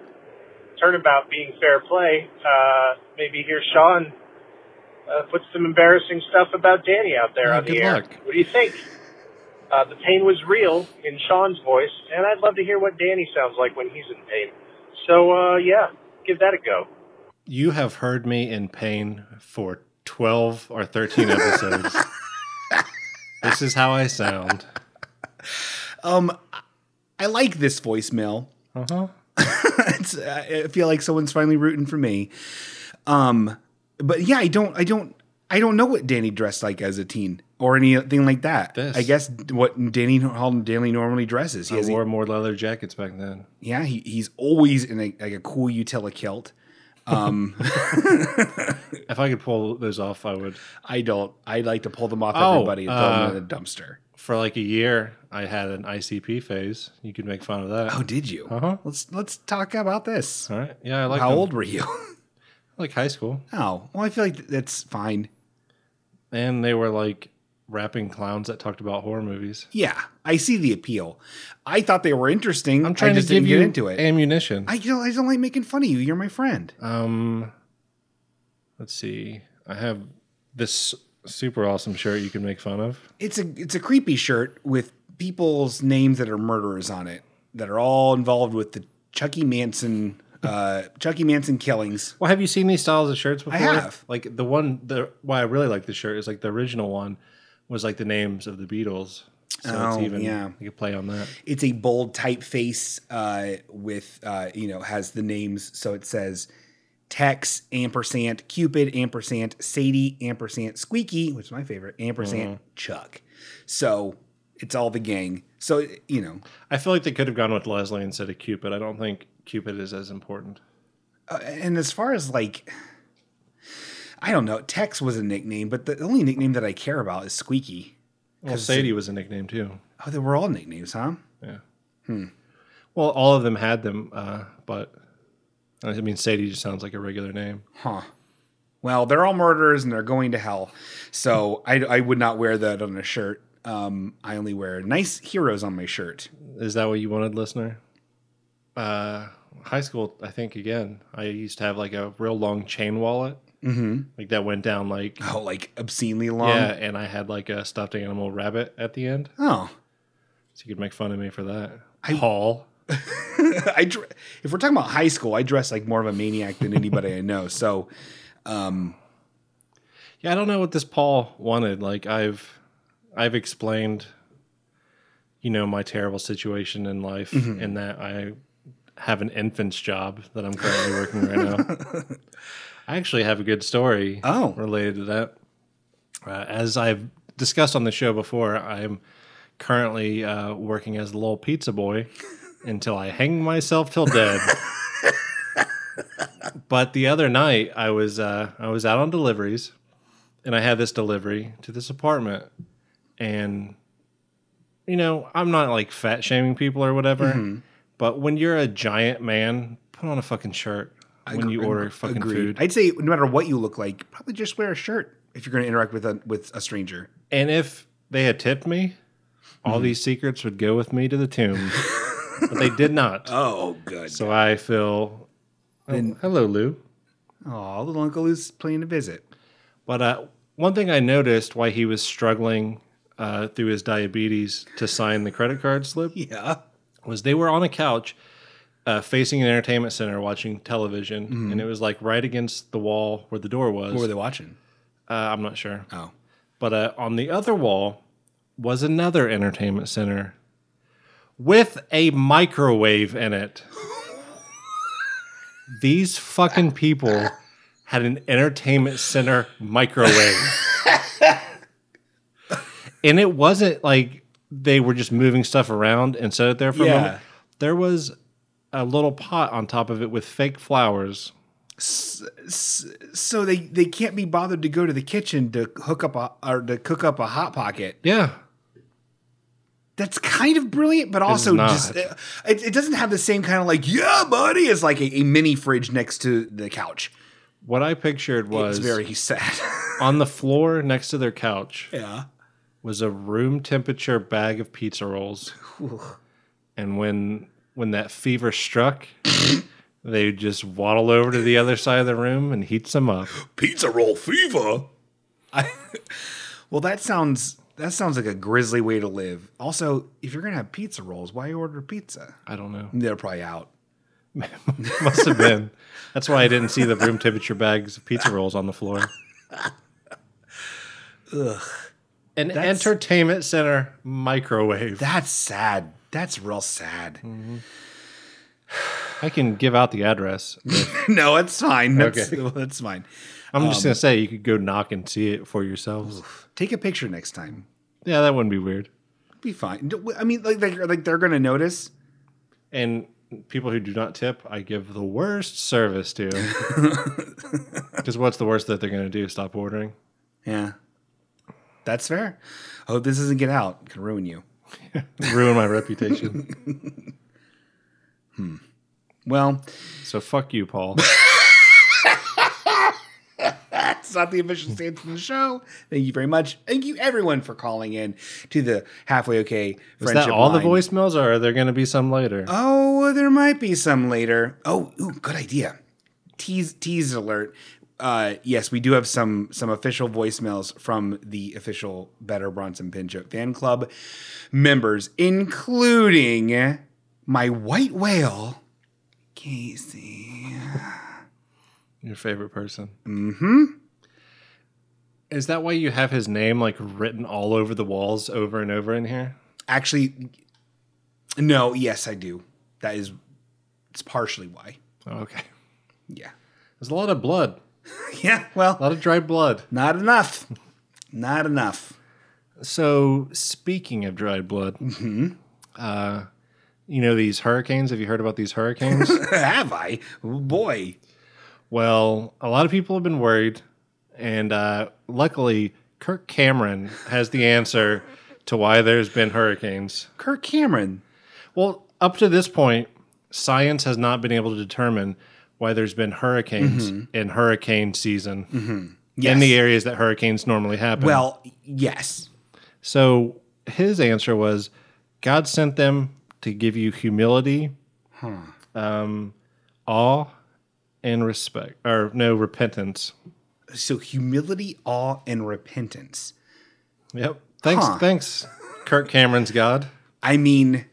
[SPEAKER 3] Turnabout being fair play, uh, maybe hear Sean uh, put some embarrassing stuff about Danny out there
[SPEAKER 2] Yeah,
[SPEAKER 3] on the
[SPEAKER 2] good
[SPEAKER 3] air.
[SPEAKER 2] luck.
[SPEAKER 3] What do you think? Uh, the pain was real in Sean's voice, and I'd love to hear what Danny sounds like when he's in pain. So, uh, yeah, give that a go.
[SPEAKER 2] You have heard me in pain for 12 or 13 episodes. this is how I sound.
[SPEAKER 1] Um, I- I like this voicemail.
[SPEAKER 2] Uh
[SPEAKER 1] Uh-huh.
[SPEAKER 2] huh.
[SPEAKER 1] it's, uh, I I feel like someone's finally rooting for me. Um, but yeah, I don't, I don't, I don't know what Danny dressed like as a teen or anything like that.
[SPEAKER 2] This.
[SPEAKER 1] I guess what Danny Holden Danny normally dresses. He
[SPEAKER 2] I
[SPEAKER 1] has
[SPEAKER 2] wore more leather jackets back then.
[SPEAKER 1] yeah, he, he's always in a, like a cool utila kilt. Um,
[SPEAKER 2] If I could pull those off, I would.
[SPEAKER 1] I don't. I like to pull them off
[SPEAKER 2] Oh,
[SPEAKER 1] everybody and throw
[SPEAKER 2] uh,
[SPEAKER 1] them in the dumpster.
[SPEAKER 2] For like a year, I had an ICP phase. You could make fun of that.
[SPEAKER 1] Oh, did you?
[SPEAKER 2] Uh-huh. Uh,
[SPEAKER 1] Let's let's talk about this.
[SPEAKER 2] All right. Yeah, I like
[SPEAKER 1] How
[SPEAKER 2] them.
[SPEAKER 1] old were you?
[SPEAKER 2] Like high school,
[SPEAKER 1] oh, well, I feel like that's fine.
[SPEAKER 2] and they were like rapping clowns that talked about horror movies.
[SPEAKER 1] Yeah, I see the appeal. I thought they were interesting.
[SPEAKER 2] I'm trying
[SPEAKER 1] I just
[SPEAKER 2] to give
[SPEAKER 1] didn't
[SPEAKER 2] you
[SPEAKER 1] get into it.
[SPEAKER 2] ammunition.
[SPEAKER 1] I don't, I don't like making fun of you. You're my friend.
[SPEAKER 2] Um, let's see. I have this super awesome shirt you can make fun of.
[SPEAKER 1] It's a it's a creepy shirt with people's names that are murderers on it that are all involved with the Chucky Manson uh, Chucky Manson killings.
[SPEAKER 2] Well, have you seen these styles of shirts before?
[SPEAKER 1] have.
[SPEAKER 2] Like the one, the why I really like this shirt is like the original one was like the names of the Beatles. So
[SPEAKER 1] Oh,
[SPEAKER 2] it's even
[SPEAKER 1] yeah.
[SPEAKER 2] you could play on that.
[SPEAKER 1] it's a bold typeface uh, with uh, you know has the names so it says tex ampersand cupid ampersand sadie ampersand squeaky which is my favorite ampersand chuck so it's all the gang so you know
[SPEAKER 2] I feel like they could have gone with Leslie instead of Cupid. I don't think Cupid is as important.
[SPEAKER 1] uh, and as far as like i don't know tex was a nickname but the only nickname that i care about is squeaky
[SPEAKER 2] Well, Sadie was a nickname too.
[SPEAKER 1] oh they were all nicknames huh
[SPEAKER 2] Well, all of them had them, uh, but I mean, Sadie just sounds like a regular name.
[SPEAKER 1] Huh. Well, they're all murderers and they're going to hell. So
[SPEAKER 2] Hmm.
[SPEAKER 1] I, I would not wear that on a shirt. Um, I only wear nice heroes on my shirt.
[SPEAKER 2] Is that what you wanted, listener? Uh, high school, I think again. I used to have like a real long chain wallet, mm-hmm. like that went down like
[SPEAKER 1] Oh, like obscenely long.
[SPEAKER 2] yeah, and I had like a stuffed animal rabbit at the end,
[SPEAKER 1] Oh,
[SPEAKER 2] so you could make fun of me for that. Paul,
[SPEAKER 1] I dr- if we're talking about high school, I dress like more of a maniac than anybody I know. So
[SPEAKER 2] yeah, I don't know what this Paul wanted. Like I've, I've explained, you know, my terrible situation in life, and that I have an infant's job that I'm currently working right now. I actually have a good story.
[SPEAKER 1] Oh.
[SPEAKER 2] related to that. Uh, as I've discussed on the show before, I'm currently uh, working as the little pizza boy until I hang myself till dead. but the other night, I was uh, I was out on deliveries, and I had this delivery to this apartment, and you know I'm not like fat shaming people or whatever,
[SPEAKER 1] Mm-hmm.
[SPEAKER 2] but when you're a giant man, put on a fucking shirt when you order fucking
[SPEAKER 1] agreed.
[SPEAKER 2] food.
[SPEAKER 1] I'd say no matter what you look like, probably just wear a shirt if you're going to interact with a with a stranger.
[SPEAKER 2] And if they had tipped me, all
[SPEAKER 1] Mm-hmm.
[SPEAKER 2] these secrets would go with me to the tomb. but they did not.
[SPEAKER 1] Oh, good.
[SPEAKER 2] So I feel. Oh, hello, Lou.
[SPEAKER 1] Oh, little Uncle Lou's playing a visit.
[SPEAKER 2] But uh, one thing I noticed why he was struggling uh, through his diabetes to sign the credit card slip
[SPEAKER 1] Yeah.
[SPEAKER 2] was they were on a couch uh, facing an entertainment center watching television. And it was like right against the wall Mm-hmm. where the door was.
[SPEAKER 1] What were they watching?
[SPEAKER 2] uh, I'm not sure.
[SPEAKER 1] Oh,
[SPEAKER 2] But uh, on the other wall was another entertainment center with a microwave in it. These fucking people had an entertainment center microwave. and it wasn't like they were just moving stuff around and set it there for
[SPEAKER 1] Yeah.
[SPEAKER 2] a moment. There was a little pot on top of it with fake flowers.
[SPEAKER 1] so they they can't be bothered to go to the kitchen to hook up a or to cook up a hot pocket.
[SPEAKER 2] Yeah.
[SPEAKER 1] That's kind of brilliant, but also
[SPEAKER 2] not.
[SPEAKER 1] just uh, it, it doesn't have the same kind of like yeah, buddy. It's like a, a mini fridge next to the couch.
[SPEAKER 2] What I pictured was
[SPEAKER 1] It's very sad.
[SPEAKER 2] on the floor next to their couch.
[SPEAKER 1] yeah.
[SPEAKER 2] was a room temperature bag of pizza rolls. and when when that fever struck, they would just waddle over to the other side of the room and heat some up.
[SPEAKER 1] Pizza roll fever. I, well, that sounds that sounds like a grisly way to live. Also, if you're gonna have pizza rolls, why order pizza?
[SPEAKER 2] I don't know.
[SPEAKER 1] They're probably out.
[SPEAKER 2] Must have been. That's why I didn't see the room temperature bags of pizza rolls on the floor. An entertainment center microwave. Hmm.
[SPEAKER 1] That's sad. That's real sad.
[SPEAKER 2] I can give out the address.
[SPEAKER 1] no, it's fine. That's,
[SPEAKER 2] Okay.
[SPEAKER 1] that's fine.
[SPEAKER 2] I'm just gonna say you could go knock and see it for yourselves.
[SPEAKER 1] Take a picture next time.
[SPEAKER 2] Yeah, that wouldn't be weird.
[SPEAKER 1] Be fine. D- I mean, like, they're, like they're gonna notice.
[SPEAKER 2] And people who do not tip, I give the worst service to. Because what's the worst that they're gonna do? Stop ordering?
[SPEAKER 1] Yeah, that's fair. I hope this doesn't get out. It could ruin you.
[SPEAKER 2] Ruin my reputation.
[SPEAKER 1] Well,
[SPEAKER 2] So fuck you, Paul.
[SPEAKER 1] That's not the official stance of the show. Thank you very much. Thank you everyone for calling in to the halfway okay friendship.
[SPEAKER 2] Is that all the
[SPEAKER 1] line.
[SPEAKER 2] voicemails, or are there gonna be some later?
[SPEAKER 1] Oh, there might be some later. Oh, ooh, good idea. Tease tease alert. Uh, yes, we do have some some official voicemails from the official Better Bronson Pinchot fan club members, including my white whale, Casey.
[SPEAKER 2] Your favorite person. Mm-hmm. Is that why you have his name like written all over the walls over and over in here?
[SPEAKER 1] Actually, no. Yes, I do. That is, it's partially why.
[SPEAKER 2] Oh, okay.
[SPEAKER 1] Yeah.
[SPEAKER 2] There's a lot of blood.
[SPEAKER 1] Yeah.
[SPEAKER 2] A
[SPEAKER 1] Well,
[SPEAKER 2] lot of dry blood.
[SPEAKER 1] not enough. Not enough.
[SPEAKER 2] So speaking of dried blood, uh, you know these hurricanes. Have you heard about these hurricanes?
[SPEAKER 1] Have I? Oh, boy.
[SPEAKER 2] well, a lot of people have been worried, and uh, luckily Kirk Cameron has the answer to why there's been hurricanes.
[SPEAKER 1] Kirk Cameron.
[SPEAKER 2] Well, up to this point, science has not been able to determine why there's been hurricanes in hurricane season in the areas that hurricanes normally happen.
[SPEAKER 1] Well, yes.
[SPEAKER 2] So his answer was God sent them to give you humility, um, awe, and respect, or no, repentance.
[SPEAKER 1] So humility, awe, and repentance.
[SPEAKER 2] Yep. Thanks.
[SPEAKER 1] Huh.
[SPEAKER 2] Thanks, Kirk Cameron's God.
[SPEAKER 1] I mean,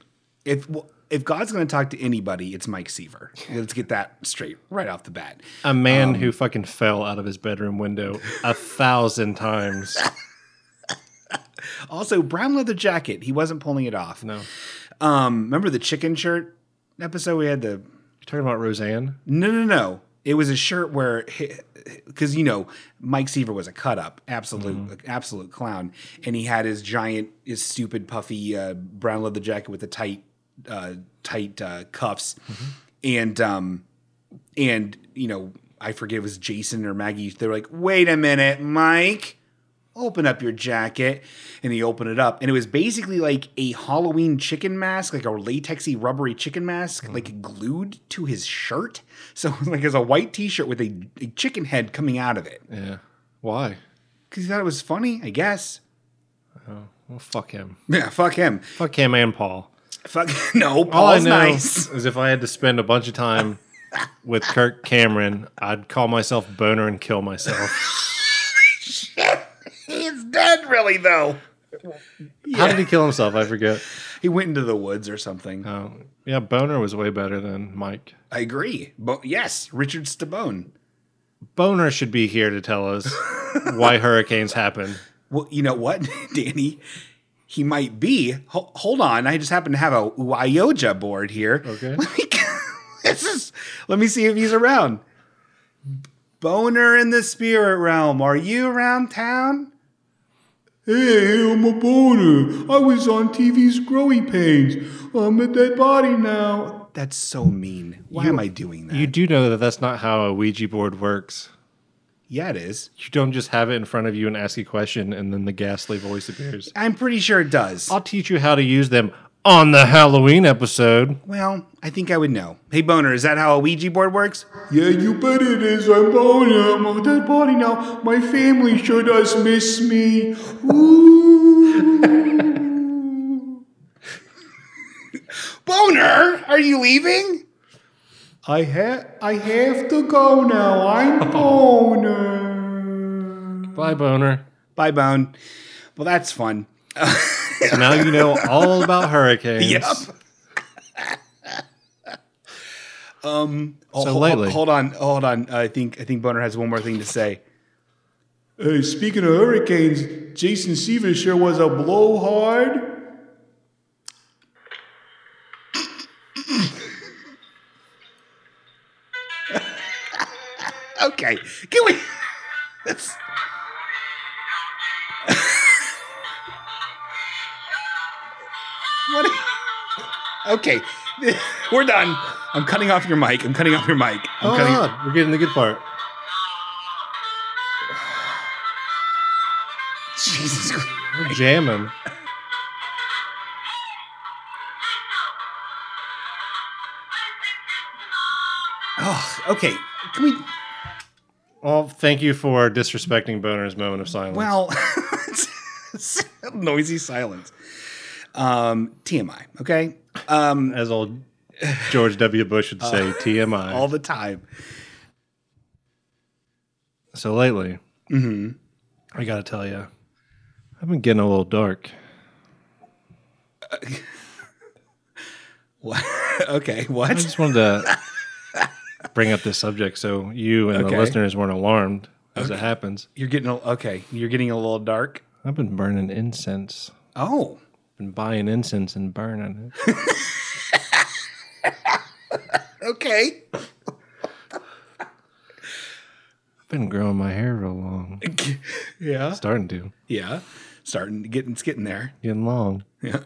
[SPEAKER 1] if if God's going to talk to anybody, it's Mike Seaver. Let's get that straight right off the bat.
[SPEAKER 2] A
[SPEAKER 1] Um.
[SPEAKER 2] man who fucking fell out of his bedroom window a thousand times.
[SPEAKER 1] Also, brown leather jacket. He wasn't pulling it off.
[SPEAKER 2] No.
[SPEAKER 1] Um, remember the chicken shirt episode? We had the
[SPEAKER 2] You're talking about Roseanne?
[SPEAKER 1] No, no, no. It was a shirt where, because you know, Mike Seaver was a cut up, absolute, absolute clown, and he had his giant, his stupid puffy uh, brown leather jacket with the tight, uh, tight uh, cuffs, and um, and you know, I forget if it was Jason or Maggie. They're like, wait a minute, Mike. Open up your jacket, and he opened it up, and it was basically like a Halloween chicken mask, like a latexy, rubbery chicken mask,
[SPEAKER 2] Hmm.
[SPEAKER 1] like glued to his shirt. So it was like as a white T-shirt with a, a chicken head coming out of it,
[SPEAKER 2] Yeah. Why?
[SPEAKER 1] because he thought it was funny, I guess.
[SPEAKER 2] Well, fuck him.
[SPEAKER 1] Yeah, fuck him.
[SPEAKER 2] Fuck him and Paul.
[SPEAKER 1] Fuck no,
[SPEAKER 2] All I
[SPEAKER 1] Paul's
[SPEAKER 2] know
[SPEAKER 1] nice.
[SPEAKER 2] is if I had to spend a bunch of time with Kirk Cameron, I'd call myself Boner and kill myself.
[SPEAKER 1] He's dead, really though.
[SPEAKER 2] How did he kill himself? I forget.
[SPEAKER 1] He went into the woods or something.
[SPEAKER 2] Oh, yeah, Boner was way better than Mike.
[SPEAKER 1] I agree. Bo- yes, Richard Stabone.
[SPEAKER 2] Boner should be here to tell us why hurricanes happen.
[SPEAKER 1] Well, you know what, Danny? He might be. Ho- hold on, I just happen to have a Wyoja board here.
[SPEAKER 2] Okay.
[SPEAKER 1] Let me, this is, let me see if he's around. Boner in the spirit realm, are you around town? Hey, I'm a boner. I was on TV's Growing Pains. I'm a dead body now. That's so mean. Why am I doing that?
[SPEAKER 2] You do know that that's not how a Ouija board works.
[SPEAKER 1] yeah, it is.
[SPEAKER 2] You don't just have it in front of you and ask a question and then the ghastly voice appears.
[SPEAKER 1] I'm pretty sure it does.
[SPEAKER 2] I'll teach you how to use them on the Halloween episode.
[SPEAKER 1] Well, I think I would know. Hey, Boner, is that how a Ouija board works? Yeah, you bet it is. I'm Boner. I'm a dead body now. My family sure does miss me. Ooh. Boner, are you leaving? I ha- I have to go now. I'm Boner.
[SPEAKER 2] Bye, Boner.
[SPEAKER 1] Bye, Bone. Well, that's fun.
[SPEAKER 2] So now you know all about hurricanes.
[SPEAKER 1] Um. oh,
[SPEAKER 2] So
[SPEAKER 1] hold,
[SPEAKER 2] lately-
[SPEAKER 1] hold on, hold on. I think I think Boner has one more thing to say. Hey, speaking of hurricanes, Jason Seaver sure was a blowhard. okay. Can we? That's, what? Okay, we're done. I'm cutting off your mic. I'm cutting off your mic. I'm
[SPEAKER 2] Hold
[SPEAKER 1] cutting.
[SPEAKER 2] on, we're getting the good part.
[SPEAKER 1] Jesus Christ.
[SPEAKER 2] We're jamming.
[SPEAKER 1] Oh, okay. Can we?
[SPEAKER 2] Well, thank you for disrespecting Boner's moment of silence.
[SPEAKER 1] Well, it's- it's noisy silence. Um, TMI. Okay. Um,
[SPEAKER 2] as old George W. Bush would say, TMI.
[SPEAKER 1] uh, all the time.
[SPEAKER 2] so lately,
[SPEAKER 1] Mm-hmm.
[SPEAKER 2] I gotta tell you, I've been getting a little dark.
[SPEAKER 1] What? okay.
[SPEAKER 2] I
[SPEAKER 1] What?
[SPEAKER 2] just wanted to bring up this subject so you and
[SPEAKER 1] Okay.
[SPEAKER 2] the listeners weren't alarmed as it happens.
[SPEAKER 1] You're getting a, okay. You're getting a little dark.
[SPEAKER 2] I've been burning incense.
[SPEAKER 1] Oh.
[SPEAKER 2] Been buying incense and burning it.
[SPEAKER 1] Okay.
[SPEAKER 2] I've been growing my hair real long.
[SPEAKER 1] Yeah.
[SPEAKER 2] Starting to.
[SPEAKER 1] Yeah. Starting getting it's getting there.
[SPEAKER 2] Getting long.
[SPEAKER 1] Yeah.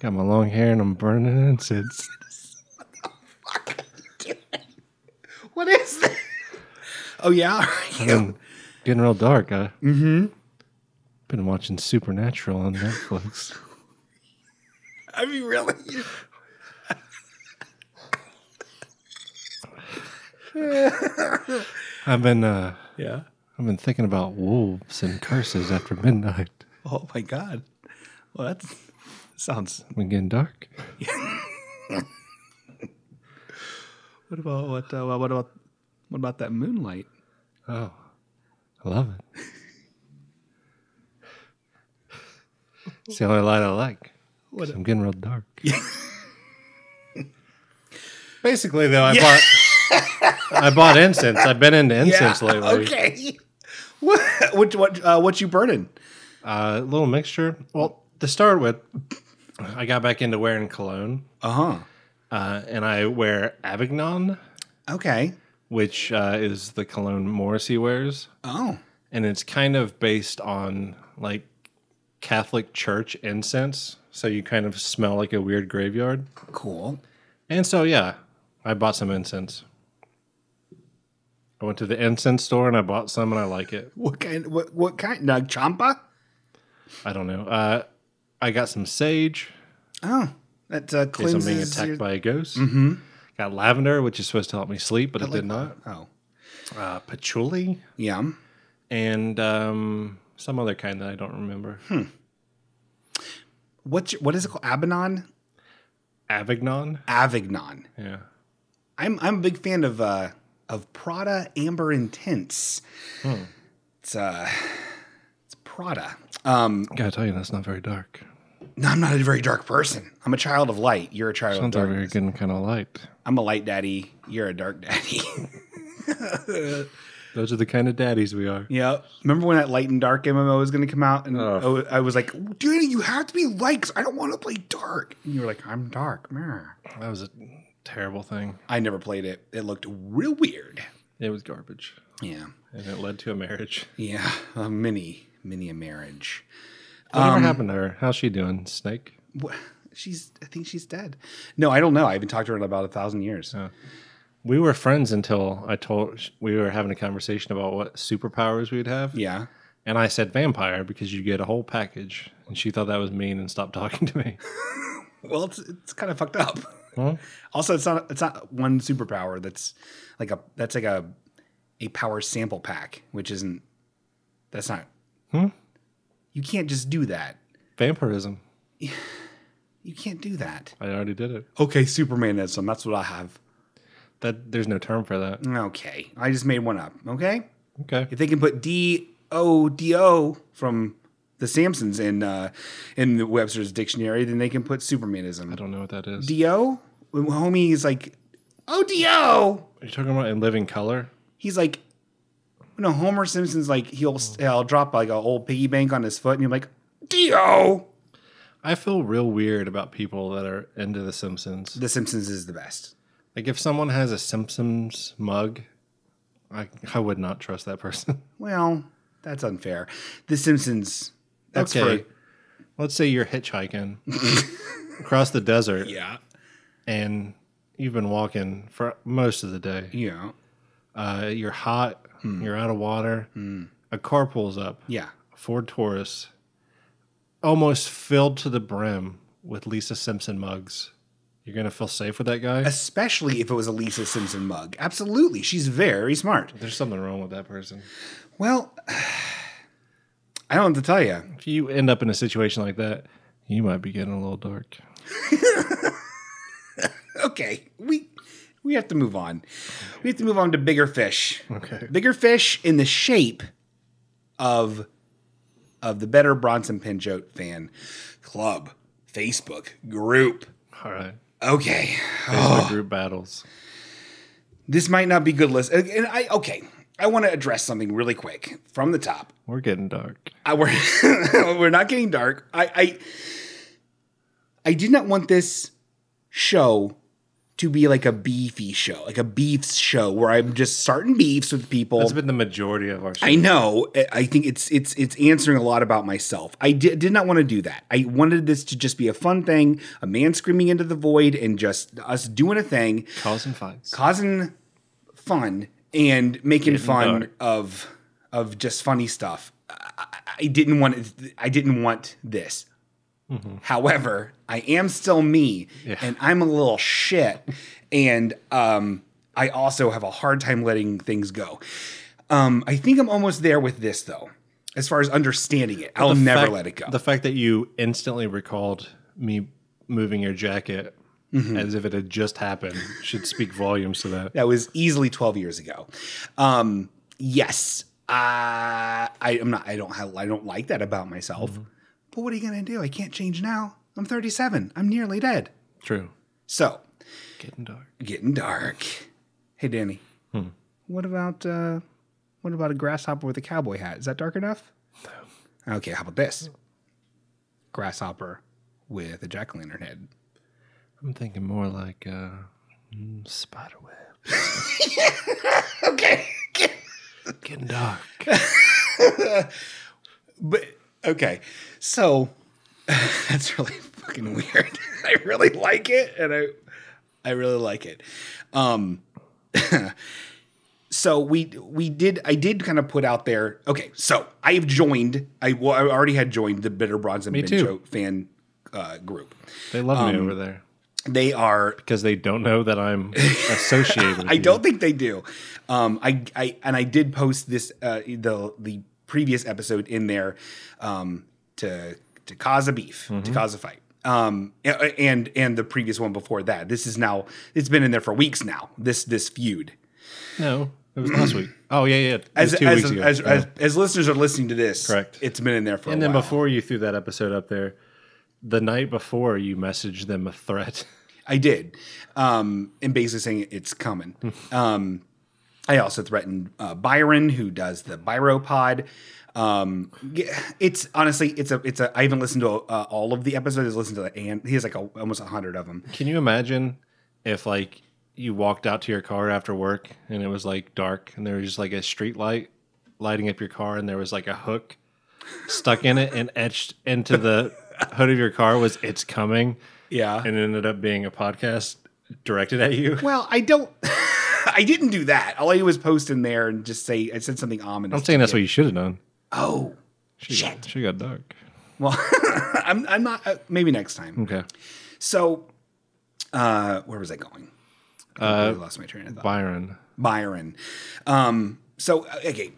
[SPEAKER 2] Got my long hair and I'm burning incense.
[SPEAKER 1] What is this? Oh yeah.
[SPEAKER 2] I've been getting real dark. I mm-hmm. been watching Supernatural on Netflix.
[SPEAKER 1] I mean really.
[SPEAKER 2] I've been uh
[SPEAKER 1] Yeah.
[SPEAKER 2] I've been thinking about wolves and curses after midnight.
[SPEAKER 1] Oh my god. Well that's sounds
[SPEAKER 2] Been getting dark.
[SPEAKER 1] what about what uh, what about what about that moonlight?
[SPEAKER 2] Oh. I love it. It's the only light I like. 'cause I'm getting real dark. Basically though, I bought I bought incense. I've been into incense lately.
[SPEAKER 1] Okay. What what what uh, what you burning?
[SPEAKER 2] Uh, little mixture. Well, to start with, I got back into wearing cologne,
[SPEAKER 1] Uh-huh.
[SPEAKER 2] uh, and I wear Avignon,
[SPEAKER 1] Okay.
[SPEAKER 2] which uh, is the cologne Morrissey wears,
[SPEAKER 1] Oh.
[SPEAKER 2] and it's kind of based on like Catholic church incense, so you kind of smell like a weird graveyard.
[SPEAKER 1] Cool.
[SPEAKER 2] And so, yeah, I bought some incense. I went to the incense store and I bought some, and I like it.
[SPEAKER 1] What kind what what kind like champa?
[SPEAKER 2] I don't know. Uh, I got some sage.
[SPEAKER 1] Oh. That uh,
[SPEAKER 2] Case I'm
[SPEAKER 1] cleanses
[SPEAKER 2] being attacked
[SPEAKER 1] your-
[SPEAKER 2] by a ghost. Mm-hmm. Got lavender, which is supposed to help me sleep, but it did not.
[SPEAKER 1] Oh.
[SPEAKER 2] Uh, patchouli
[SPEAKER 1] Yeah.
[SPEAKER 2] and um, some other kind that I don't remember.
[SPEAKER 1] What's your, what is it called? Abaddon?
[SPEAKER 2] Avignon.
[SPEAKER 1] Avignon.
[SPEAKER 2] Yeah.
[SPEAKER 1] I'm I'm a big fan of uh of Prada Amber Intense. It's uh it's Prada. Um
[SPEAKER 2] Gotta tell you, that's not very dark.
[SPEAKER 1] no, I'm not a very dark person. I'm a child of light. You're a child of
[SPEAKER 2] Not that
[SPEAKER 1] dark.
[SPEAKER 2] very good kind of light.
[SPEAKER 1] I'm a light daddy. You're a dark daddy.
[SPEAKER 2] Those are the kind of daddies we are.
[SPEAKER 1] yeah. Remember when that light and dark MMO was going to come out and
[SPEAKER 2] Oh.
[SPEAKER 1] I was like, "Dude, you have to be light 'cause I don't want to play dark." And you were like, "I'm dark." Meh.
[SPEAKER 2] That was a terrible thing.
[SPEAKER 1] I never played it. It looked real weird.
[SPEAKER 2] It was garbage.
[SPEAKER 1] Yeah.
[SPEAKER 2] And it led to a marriage.
[SPEAKER 1] Yeah. A mini mini a marriage.
[SPEAKER 2] Whatever happened to her? How's she doing? Snake?
[SPEAKER 1] Wha- She's. I think she's dead. No, I don't know. I haven't talked to her in about a thousand years.
[SPEAKER 2] We were friends until I told we were having a conversation about what superpowers we'd have.
[SPEAKER 1] Yeah.
[SPEAKER 2] And I said vampire because you get a whole package. And she thought that was mean and stopped talking to me.
[SPEAKER 1] Well, it's it's kind of fucked up.
[SPEAKER 2] Well,
[SPEAKER 1] Also, it's not it's not one superpower. That's like a that's like a a power sample pack, which isn't. That's not.
[SPEAKER 2] Hmm?
[SPEAKER 1] You can't just do that.
[SPEAKER 2] vampirism.
[SPEAKER 1] You can't do that.
[SPEAKER 2] I already did it.
[SPEAKER 1] Okay, Supermanism. That's what I have.
[SPEAKER 2] That there's no term for that.
[SPEAKER 1] Okay, I just made one up. Okay,
[SPEAKER 2] Okay.
[SPEAKER 1] if they can put D O D O from the Samsons in uh, in the Webster's dictionary, then they can put Supermanism.
[SPEAKER 2] I don't know what that is.
[SPEAKER 1] Do when homie is like, oh Do,
[SPEAKER 2] You're talking about in living color?
[SPEAKER 1] he's like, no Homer Simpson's like he'll he'll drop like a old piggy bank on his foot, and you're like, Do.
[SPEAKER 2] I feel real weird about people that are into the Simpsons.
[SPEAKER 1] The Simpsons is the best.
[SPEAKER 2] Like if someone has a Simpsons mug, I I would not trust that person.
[SPEAKER 1] Well, that's unfair. The Simpsons. That's
[SPEAKER 2] okay.
[SPEAKER 1] for
[SPEAKER 2] Let's say you're hitchhiking across the desert
[SPEAKER 1] yeah,
[SPEAKER 2] and you've been walking for most of the day.
[SPEAKER 1] yeah,
[SPEAKER 2] Uh, you're hot,
[SPEAKER 1] Hmm.
[SPEAKER 2] you're out of water. A car pulls up,
[SPEAKER 1] yeah.
[SPEAKER 2] Ford Taurus, almost filled to the brim with Lisa Simpson mugs. You're going to feel safe with that guy?
[SPEAKER 1] Especially if it was a Lisa Simpson mug. Absolutely, she's very smart.
[SPEAKER 2] There's something wrong with that person.
[SPEAKER 1] Well, I don't have to tell you.
[SPEAKER 2] If you end up in a situation like that, you might be getting a little dark.
[SPEAKER 1] Okay, we we have to move on. We have to move on to bigger fish.
[SPEAKER 2] Okay.
[SPEAKER 1] Bigger fish in the shape of of the better Bronson Pinchot fan club, Facebook group.
[SPEAKER 2] All right.
[SPEAKER 1] Okay,
[SPEAKER 2] Facebook group battles.
[SPEAKER 1] this might not be good list. And and I okay, I want to address something really quick from the top.
[SPEAKER 2] We're getting dark.
[SPEAKER 1] I, we're we're not getting dark. I, I I did not want this show to be like a beefy show, like a beefs show where I'm just starting beefs with people.
[SPEAKER 2] That's been the majority of our show.
[SPEAKER 1] I know. I- I think it's it's it's answering a lot about myself. I did, did not want to do that. I wanted this to just be a fun thing, a man screaming into the void, and just us doing a thing,
[SPEAKER 2] Causing fights.
[SPEAKER 1] causing fun and making fun
[SPEAKER 2] dark.
[SPEAKER 1] of of just funny stuff. I, I- I didn't want it, I didn't want this.
[SPEAKER 2] Mm-hmm.
[SPEAKER 1] However, I am still me, and I'm a little shit, and um, I also have a hard time letting things go. Um, I think I'm almost there with this though, as far as understanding it. I'll
[SPEAKER 2] The
[SPEAKER 1] never
[SPEAKER 2] fact-
[SPEAKER 1] let it go.
[SPEAKER 2] The fact that you instantly recalled me moving your jacket
[SPEAKER 1] Mm-hmm.
[SPEAKER 2] as if it had just happened should speak volumes to that.
[SPEAKER 1] That was easily 12 years ago. Um, yes, uh, I am not. I don't. Have, I don't like that about myself. But what are you gonna do? I can't change now. I'm 37. I'm nearly dead.
[SPEAKER 2] True.
[SPEAKER 1] So
[SPEAKER 2] Getting dark.
[SPEAKER 1] getting dark. Hey, Danny. What about uh, what about a grasshopper with a cowboy hat? Is that dark enough? No. Okay. How about this? Grasshopper with a jack o' lantern head.
[SPEAKER 2] I'm thinking more like uh, mm, spider web.
[SPEAKER 1] Okay.
[SPEAKER 2] Getting dark.
[SPEAKER 1] But okay, so that's really fucking weird. I really like it, and I I really like it. Um, so we we did I did kind of put out there. Okay, so I have joined. I, well, I already had joined the Bitter Bronze and
[SPEAKER 2] Me too.
[SPEAKER 1] Benjo fan uh, group.
[SPEAKER 2] They love
[SPEAKER 1] Um,
[SPEAKER 2] me over there
[SPEAKER 1] They are
[SPEAKER 2] because they don't know that I'm associated with
[SPEAKER 1] I
[SPEAKER 2] you.
[SPEAKER 1] don't think they do. Um, I, I and I did post this uh, the the previous episode in there um, to to cause a beef
[SPEAKER 2] Mm-hmm.
[SPEAKER 1] to cause a fight. Um, a- and and the previous one before that. This is now it's been in there for weeks now. This this feud.
[SPEAKER 2] No, it was last week. Oh, yeah, yeah. It was
[SPEAKER 1] As
[SPEAKER 2] two
[SPEAKER 1] as,
[SPEAKER 2] weeks ago.
[SPEAKER 1] as,
[SPEAKER 2] Yeah.
[SPEAKER 1] as as listeners are listening to this,
[SPEAKER 2] Correct.
[SPEAKER 1] It's been in there for
[SPEAKER 2] and
[SPEAKER 1] a
[SPEAKER 2] then
[SPEAKER 1] while.
[SPEAKER 2] before you threw that episode up there, the night before you messaged them a threat.
[SPEAKER 1] I did, um, and basically saying it's coming. um, I also threatened uh, Byron, who does the Byropod. Um, yeah, it's honestly, it's a, it's a. I haven't listened to uh, all of the episodes. I listened to the and he has like a, almost a hundred of them.
[SPEAKER 2] Can you imagine if like you walked out to your car after work and it was like dark and there was just like a street light lighting up your car and there was like a hook stuck in it and etched into the hood of your car was it's coming
[SPEAKER 1] Yeah.
[SPEAKER 2] and it ended up being a podcast directed at you.
[SPEAKER 1] well, I don't. I didn't do that. All I did was post in there and just say I said something ominous.
[SPEAKER 2] I'm saying that's what you should have done.
[SPEAKER 1] oh,
[SPEAKER 2] Shit. She got dark.
[SPEAKER 1] well, I'm I'm not. Uh, maybe next time.
[SPEAKER 2] Okay.
[SPEAKER 1] So, uh, where was I going? I completely lost my train of thought.
[SPEAKER 2] Byron.
[SPEAKER 1] Byron. Um, so okay,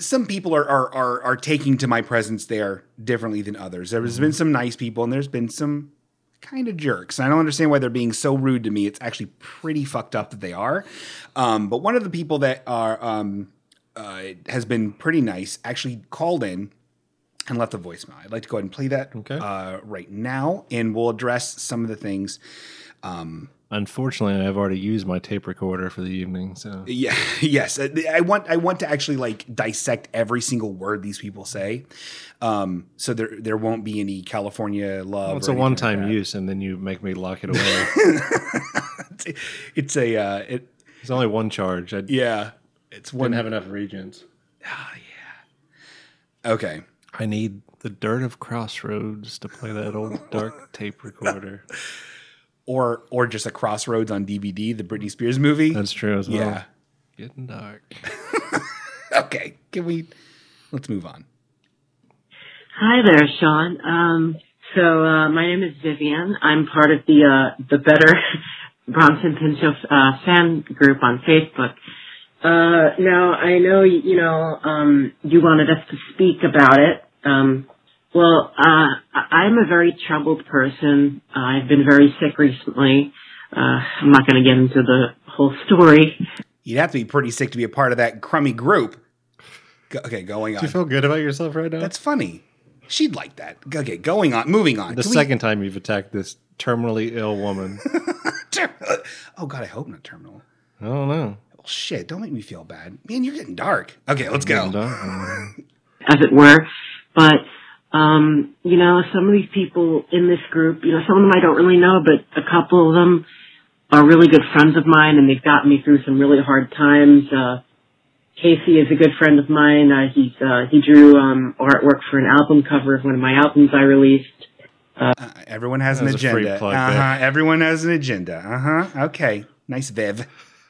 [SPEAKER 1] some people are are are, are taking to my presence there differently than others. There's been some nice people, and there's been some kind of jerks. And I don't understand why they're being so rude to me. It's actually pretty fucked up that they are. Um, but one of the people that are um, uh, has been pretty nice actually called in. And left a voicemail. I'd like to go ahead and play that
[SPEAKER 2] Okay.
[SPEAKER 1] uh, right now, and we'll address some of the things
[SPEAKER 2] Unfortunately, I've already used my tape recorder for the evening, so
[SPEAKER 1] Yeah. Yes. I I want. I want to actually like dissect every single word these people say. Um. So there there won't be any California love.
[SPEAKER 2] it's
[SPEAKER 1] or
[SPEAKER 2] a
[SPEAKER 1] anything
[SPEAKER 2] one-time
[SPEAKER 1] like
[SPEAKER 2] use, and then you make me lock it away.
[SPEAKER 1] that. It's, it's a. Uh, it,
[SPEAKER 2] There's only one charge. I,
[SPEAKER 1] yeah. It's one.
[SPEAKER 2] have enough regents.
[SPEAKER 1] okay.
[SPEAKER 2] I need the dirt of Crossroads to play that old dark tape recorder.
[SPEAKER 1] Or or just a Crossroads on DVD, the Britney Spears movie.
[SPEAKER 2] That's true as well.
[SPEAKER 1] yeah.
[SPEAKER 2] Getting dark.
[SPEAKER 1] Okay. Can we? Let's move on.
[SPEAKER 4] Hi there, Sean. Um, so uh, my name is Vivian. I'm part of the uh, the Better Bronson Pinchot uh, fan group on Facebook. Uh, now I know y- you know um, you wanted us to speak about it. Um, well, uh, I- I'm a very troubled person. I've been very sick recently. Uh, I'm not going to get into the whole story.
[SPEAKER 1] You'd have to be pretty sick to be a part of that crummy group. Go, okay, going on.
[SPEAKER 2] Do you feel good about yourself right now?
[SPEAKER 1] That's funny. She'd like that. Okay, going on. Moving on.
[SPEAKER 2] the
[SPEAKER 1] Can we-
[SPEAKER 2] second time you've attacked this terminally ill woman.
[SPEAKER 1] Ter- oh God, I hope not terminal.
[SPEAKER 2] I don't know.
[SPEAKER 1] Well, shit, don't make me feel bad, man. You're getting dark. Okay, let's go.
[SPEAKER 2] Getting dark.
[SPEAKER 4] as it were. But um, you know, some of these people in this group, you know, some of them I don't really know, but a couple of them are really good friends of mine, and they've gotten me through some really hard times. Uh, Casey is a good friend of mine. Uh, he's uh, he drew um, artwork for an album cover of one of my albums I released.
[SPEAKER 1] Uh, everyone has
[SPEAKER 2] That
[SPEAKER 1] an
[SPEAKER 2] was a free
[SPEAKER 1] agenda.
[SPEAKER 2] plug
[SPEAKER 1] Uh
[SPEAKER 2] there.
[SPEAKER 1] huh. Everyone has an agenda. Uh huh. Okay. Nice, Viv.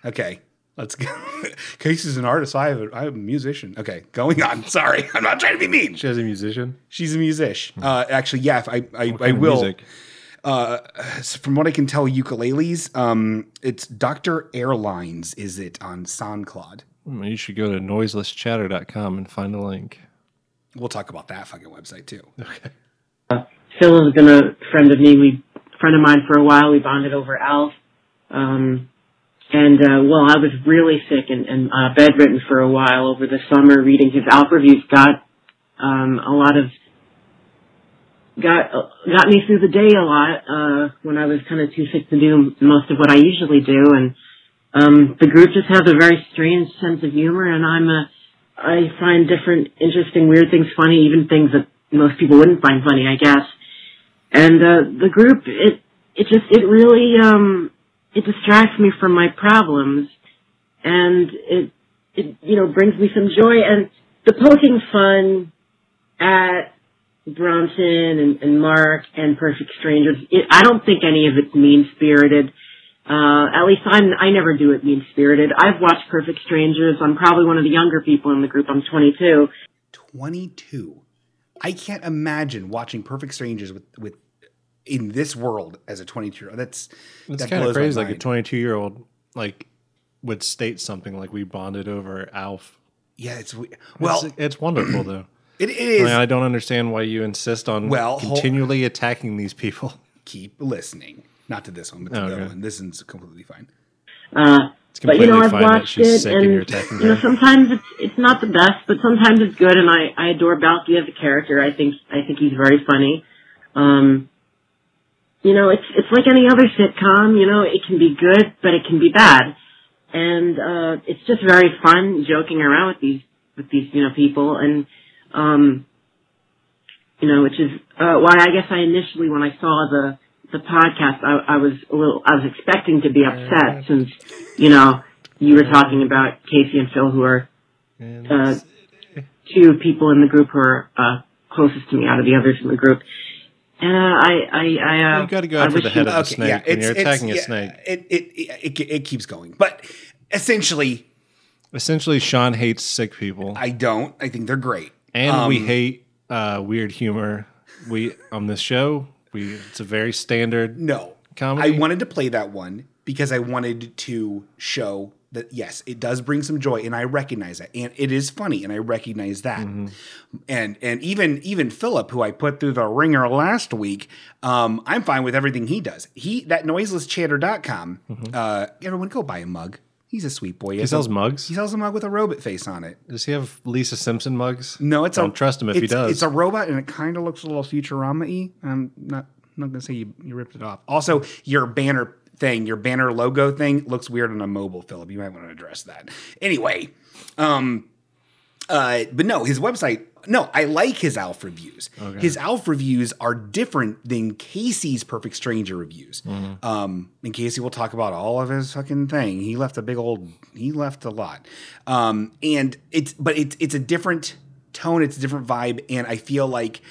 [SPEAKER 1] Okay. Let's go. Case is an artist. I have. A, I'm a musician. Okay, going on. Sorry, I'm not trying to be mean.
[SPEAKER 2] She has a musician.
[SPEAKER 1] She's a musician. Uh, actually, yeah. If I, I, I
[SPEAKER 2] Hmm. What kind of
[SPEAKER 1] will.
[SPEAKER 2] music?
[SPEAKER 1] Uh, from what I can tell, ukuleles. Um, it's Doctor Airlines. Is it on SoundCloud?
[SPEAKER 2] Hmm, You should go to noiselesschatter.com and find a link.
[SPEAKER 1] We'll talk about that fucking website too.
[SPEAKER 2] Okay.
[SPEAKER 4] Phil has been a friend of me, we friend of mine for a while. We bonded over Alf. Um, and uh, well, I was really sick and, and uh, bedridden for a while over the summer. Reading his Alf reviews got um, a lot of got got me through the day a lot uh, when I was kind of too sick to do most of what I usually do. And um, the group just has a very strange sense of humor, and I'm a I find different, interesting, weird things funny, even things that most people wouldn't find funny, I guess. And uh, the group, it it just it really um, it distracts me from my problems, and it it you know brings me some joy. And the poking fun at Bronson and, and Mark and Perfect Strangers, it, I don't think any of it's mean spirited. Uh, at least I'm, I never do it mean spirited. I've watched Perfect Strangers. I'm probably one of the younger people in the group. I'm 22.
[SPEAKER 1] 22. I can't imagine watching Perfect Strangers with with in this world as a 22 year old. That's
[SPEAKER 2] It's
[SPEAKER 1] that
[SPEAKER 2] kind
[SPEAKER 1] blows
[SPEAKER 2] of
[SPEAKER 1] my
[SPEAKER 2] crazy. Like a
[SPEAKER 1] mind.
[SPEAKER 2] 22 year old, like, would state something like we bonded over Alf.
[SPEAKER 1] yeah, it's we- well,
[SPEAKER 2] it's, it's wonderful though.
[SPEAKER 1] it is.
[SPEAKER 2] I, mean, I don't understand why you insist on
[SPEAKER 1] Well, hold-
[SPEAKER 2] continually attacking these people.
[SPEAKER 1] Keep listening, not to this one, but to
[SPEAKER 2] Oh,
[SPEAKER 1] the other
[SPEAKER 2] okay.
[SPEAKER 1] one. This one's completely fine.
[SPEAKER 4] Uh,
[SPEAKER 2] It's
[SPEAKER 4] but you know,
[SPEAKER 2] completely
[SPEAKER 4] I've
[SPEAKER 2] fine that
[SPEAKER 4] watched
[SPEAKER 2] she's
[SPEAKER 4] it,
[SPEAKER 2] sick and
[SPEAKER 4] and
[SPEAKER 2] you're attacking
[SPEAKER 4] you know,
[SPEAKER 2] her.
[SPEAKER 4] sometimes it's it's not the best, but sometimes it's good. And I I adore Balky as a character. I think I think he's very funny. Um, you know, it's it's like any other sitcom. You know, it can be good, but it can be bad, and uh, it's just very fun joking around with these with these you know people, and um, you know, which is uh, why I guess I initially when I saw the the podcast, I, I was a little I was expecting to be upset since you know you were talking about Casey and Phil, who are
[SPEAKER 2] And
[SPEAKER 4] uh, two people in the group who are uh, closest to me out of the others in the group. And uh, I, I, I, uh,
[SPEAKER 2] you got to go
[SPEAKER 4] I
[SPEAKER 2] after
[SPEAKER 4] wish
[SPEAKER 2] the head
[SPEAKER 4] you-
[SPEAKER 2] of the snake
[SPEAKER 1] yeah,
[SPEAKER 2] when
[SPEAKER 1] it's,
[SPEAKER 2] you're
[SPEAKER 1] it's-
[SPEAKER 2] attacking
[SPEAKER 1] yeah,
[SPEAKER 2] a snake.
[SPEAKER 1] It it, it it it keeps going, but essentially,
[SPEAKER 2] Essentially, Sean hates sick people,
[SPEAKER 1] I don't. I think they're great.
[SPEAKER 2] and we
[SPEAKER 1] um,
[SPEAKER 2] hate uh, weird humor. We on this show, we it's a very standard
[SPEAKER 1] No,
[SPEAKER 2] comedy.
[SPEAKER 1] I wanted to play that one because I wanted to show that yes, it does bring some joy, and I recognize that, and it is funny, and I recognize that,
[SPEAKER 2] Mm-hmm.
[SPEAKER 1] and and even even Philip, who I put through the ringer last week, um, I'm fine with everything he does. He that noiselesschatter.com. Uh, everyone go buy a mug. He's a sweet boy.
[SPEAKER 2] Mm-hmm. He sells mugs.
[SPEAKER 1] he sells a mug with a robot face on it.
[SPEAKER 2] Does he have Lisa Simpson mugs?
[SPEAKER 1] No, it's
[SPEAKER 2] Don't
[SPEAKER 1] a,
[SPEAKER 2] trust him if he
[SPEAKER 1] it's-
[SPEAKER 2] does.
[SPEAKER 1] It's a robot, and it kind of looks a little Futurama-y. I'm not I'm not gonna say you, you ripped it off. Also, your banner thing, your banner logo thing, looks weird on a mobile, Philip. You might want to address that. Anyway, um, uh, but no, his website no, I like his Alf reviews. His Alf reviews are different than Casey's Perfect Stranger reviews. Um, and Casey will talk about all of his fucking thing. He left a big old, he left a lot. Um, and it's, but it's, it's a different tone. It's a different vibe. And I feel like,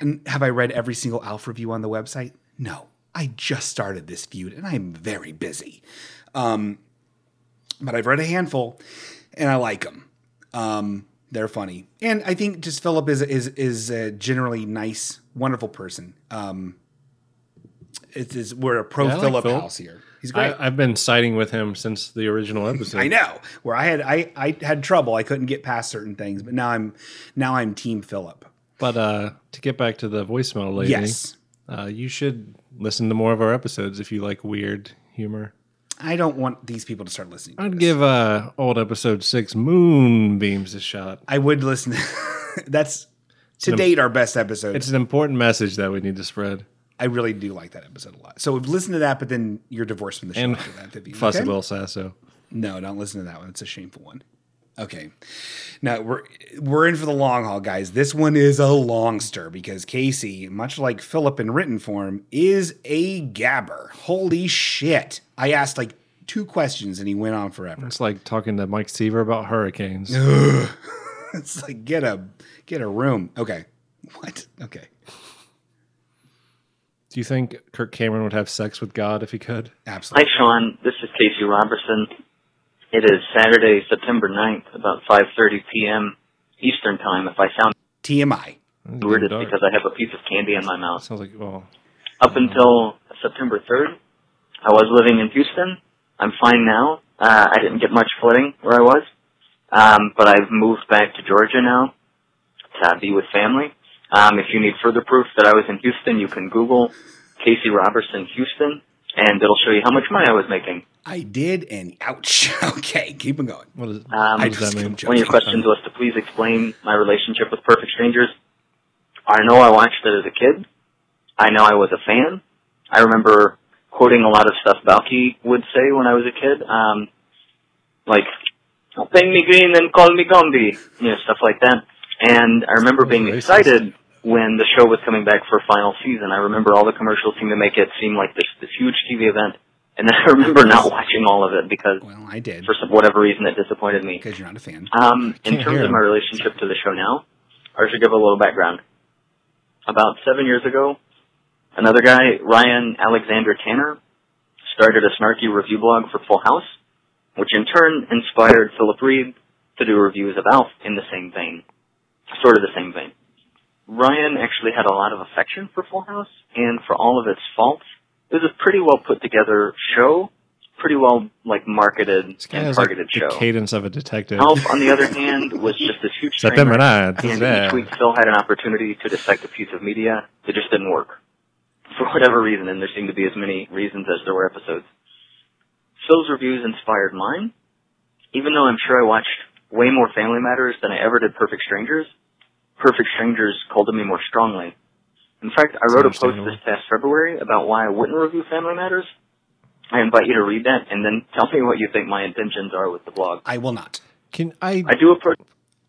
[SPEAKER 1] and have I read every single Alf review on the website? No, I just started this feud and I'm very busy. Um, but I've read a handful and I like them. Um, they're funny, and I think just Philip is is is a generally nice, wonderful person. Um, it is we're a pro
[SPEAKER 2] Yeah, I like
[SPEAKER 1] Philip
[SPEAKER 2] Philip.
[SPEAKER 1] house here. He's great.
[SPEAKER 2] I, I've been siding with him since the original episode.
[SPEAKER 1] I know where I had I, I had trouble. I couldn't get past certain things, but now I'm now I'm Team Philip.
[SPEAKER 2] But uh, to get back to the voicemail lady,
[SPEAKER 1] Yes,
[SPEAKER 2] uh, you should listen to more of our episodes if you like weird humor.
[SPEAKER 1] I don't want these people to start listening. to
[SPEAKER 2] I'd
[SPEAKER 1] this.
[SPEAKER 2] give uh, old episode six Moonbeams a shot.
[SPEAKER 1] I would listen. That's to
[SPEAKER 2] an-
[SPEAKER 1] date our best episode.
[SPEAKER 2] It's an important message that we need to spread.
[SPEAKER 1] I really do like that episode a lot. So listen to that, but then you're divorced from the show
[SPEAKER 2] And
[SPEAKER 1] after that. That'd be-
[SPEAKER 2] Fussy
[SPEAKER 1] okay?
[SPEAKER 2] Will Sasso.
[SPEAKER 1] No, don't listen to that one. It's a shameful one. Okay. Now we're we're in for the long haul, guys. This one is a longster because Casey, much like Philip in written form, is a gabber. Holy shit. I asked like two questions and he went on forever.
[SPEAKER 2] It's like talking to Mike Seaver about hurricanes.
[SPEAKER 1] It's like get a get a room. Okay. What? Okay.
[SPEAKER 2] Do you think Kirk Cameron would have sex with God if he could?
[SPEAKER 1] Absolutely.
[SPEAKER 5] Hi, Sean. This is Casey Robertson. It is Saturday, September 9th, about 5.30 p.m. Eastern Time. If I sound
[SPEAKER 1] TMI.
[SPEAKER 2] That's
[SPEAKER 5] weird, it's
[SPEAKER 2] dark.
[SPEAKER 5] because I have a piece of candy in my mouth.
[SPEAKER 2] Sounds like well,
[SPEAKER 5] Up until September 3rd, I was living in Houston. I'm fine now. Uh, I didn't get much footing where I was. Um, but I've moved back to Georgia now to be with family. Um, if you need further proof that I was in Houston, you can Google Casey Robertson Houston, and it'll show you how much money I was making.
[SPEAKER 1] I did and ouch. Okay, keep on going.
[SPEAKER 2] what, is,
[SPEAKER 5] Um,
[SPEAKER 2] what
[SPEAKER 1] I
[SPEAKER 2] does
[SPEAKER 1] just
[SPEAKER 2] that mean?
[SPEAKER 1] keep
[SPEAKER 5] One of your questions was to please explain my relationship with Perfect Strangers. I know I watched it as a kid. I know I was a fan. I remember quoting a lot of stuff Balky would say when I was a kid, um, like "Paint me green and call me Gombi," you know, stuff like that. And I remember being
[SPEAKER 2] Racist.
[SPEAKER 5] excited when the show was coming back for final season. I remember all the commercials seemed to make it seem like this this huge TV event, and then I remember not watching all of it because
[SPEAKER 1] Well, I did
[SPEAKER 5] for some whatever reason it disappointed me.
[SPEAKER 1] because you're not a fan.
[SPEAKER 5] Um,
[SPEAKER 2] Can't
[SPEAKER 5] in
[SPEAKER 2] hear
[SPEAKER 5] terms of
[SPEAKER 2] him.
[SPEAKER 5] my relationship to the show now, I should give a little background. About seven years ago, another guy, Ryan Alexander Tanner, started a snarky review blog for Full House, which in turn inspired Philip Reed to do reviews of Alf in the same vein, sort of the same vein. Ryan actually had a lot of affection for Full House, and for all of its faults, it was a pretty well put together show, pretty well like marketed
[SPEAKER 2] This guy
[SPEAKER 5] and
[SPEAKER 2] has like,
[SPEAKER 5] targeted
[SPEAKER 2] the
[SPEAKER 5] show.
[SPEAKER 2] cadence of a detective.
[SPEAKER 5] Alf, on the other hand, was just this huge train
[SPEAKER 2] September
[SPEAKER 5] wreck,
[SPEAKER 2] 9th.
[SPEAKER 5] and
[SPEAKER 2] yeah.
[SPEAKER 5] each week Phil had an opportunity to dissect a piece of media that just didn't work. For whatever reason, and there seemed to be as many reasons as there were episodes. Phil's reviews inspired mine, even though I'm sure I watched way more Family Matters than I ever did Perfect Strangers. Perfect Strangers called to me more strongly. In fact, I
[SPEAKER 2] It's
[SPEAKER 5] wrote a post
[SPEAKER 2] understandable.
[SPEAKER 5] this past February about why I wouldn't review Family Matters. I invite you to read that and then tell me what you think my intentions are with the blog.
[SPEAKER 1] I will not.
[SPEAKER 2] Can I
[SPEAKER 5] I do approach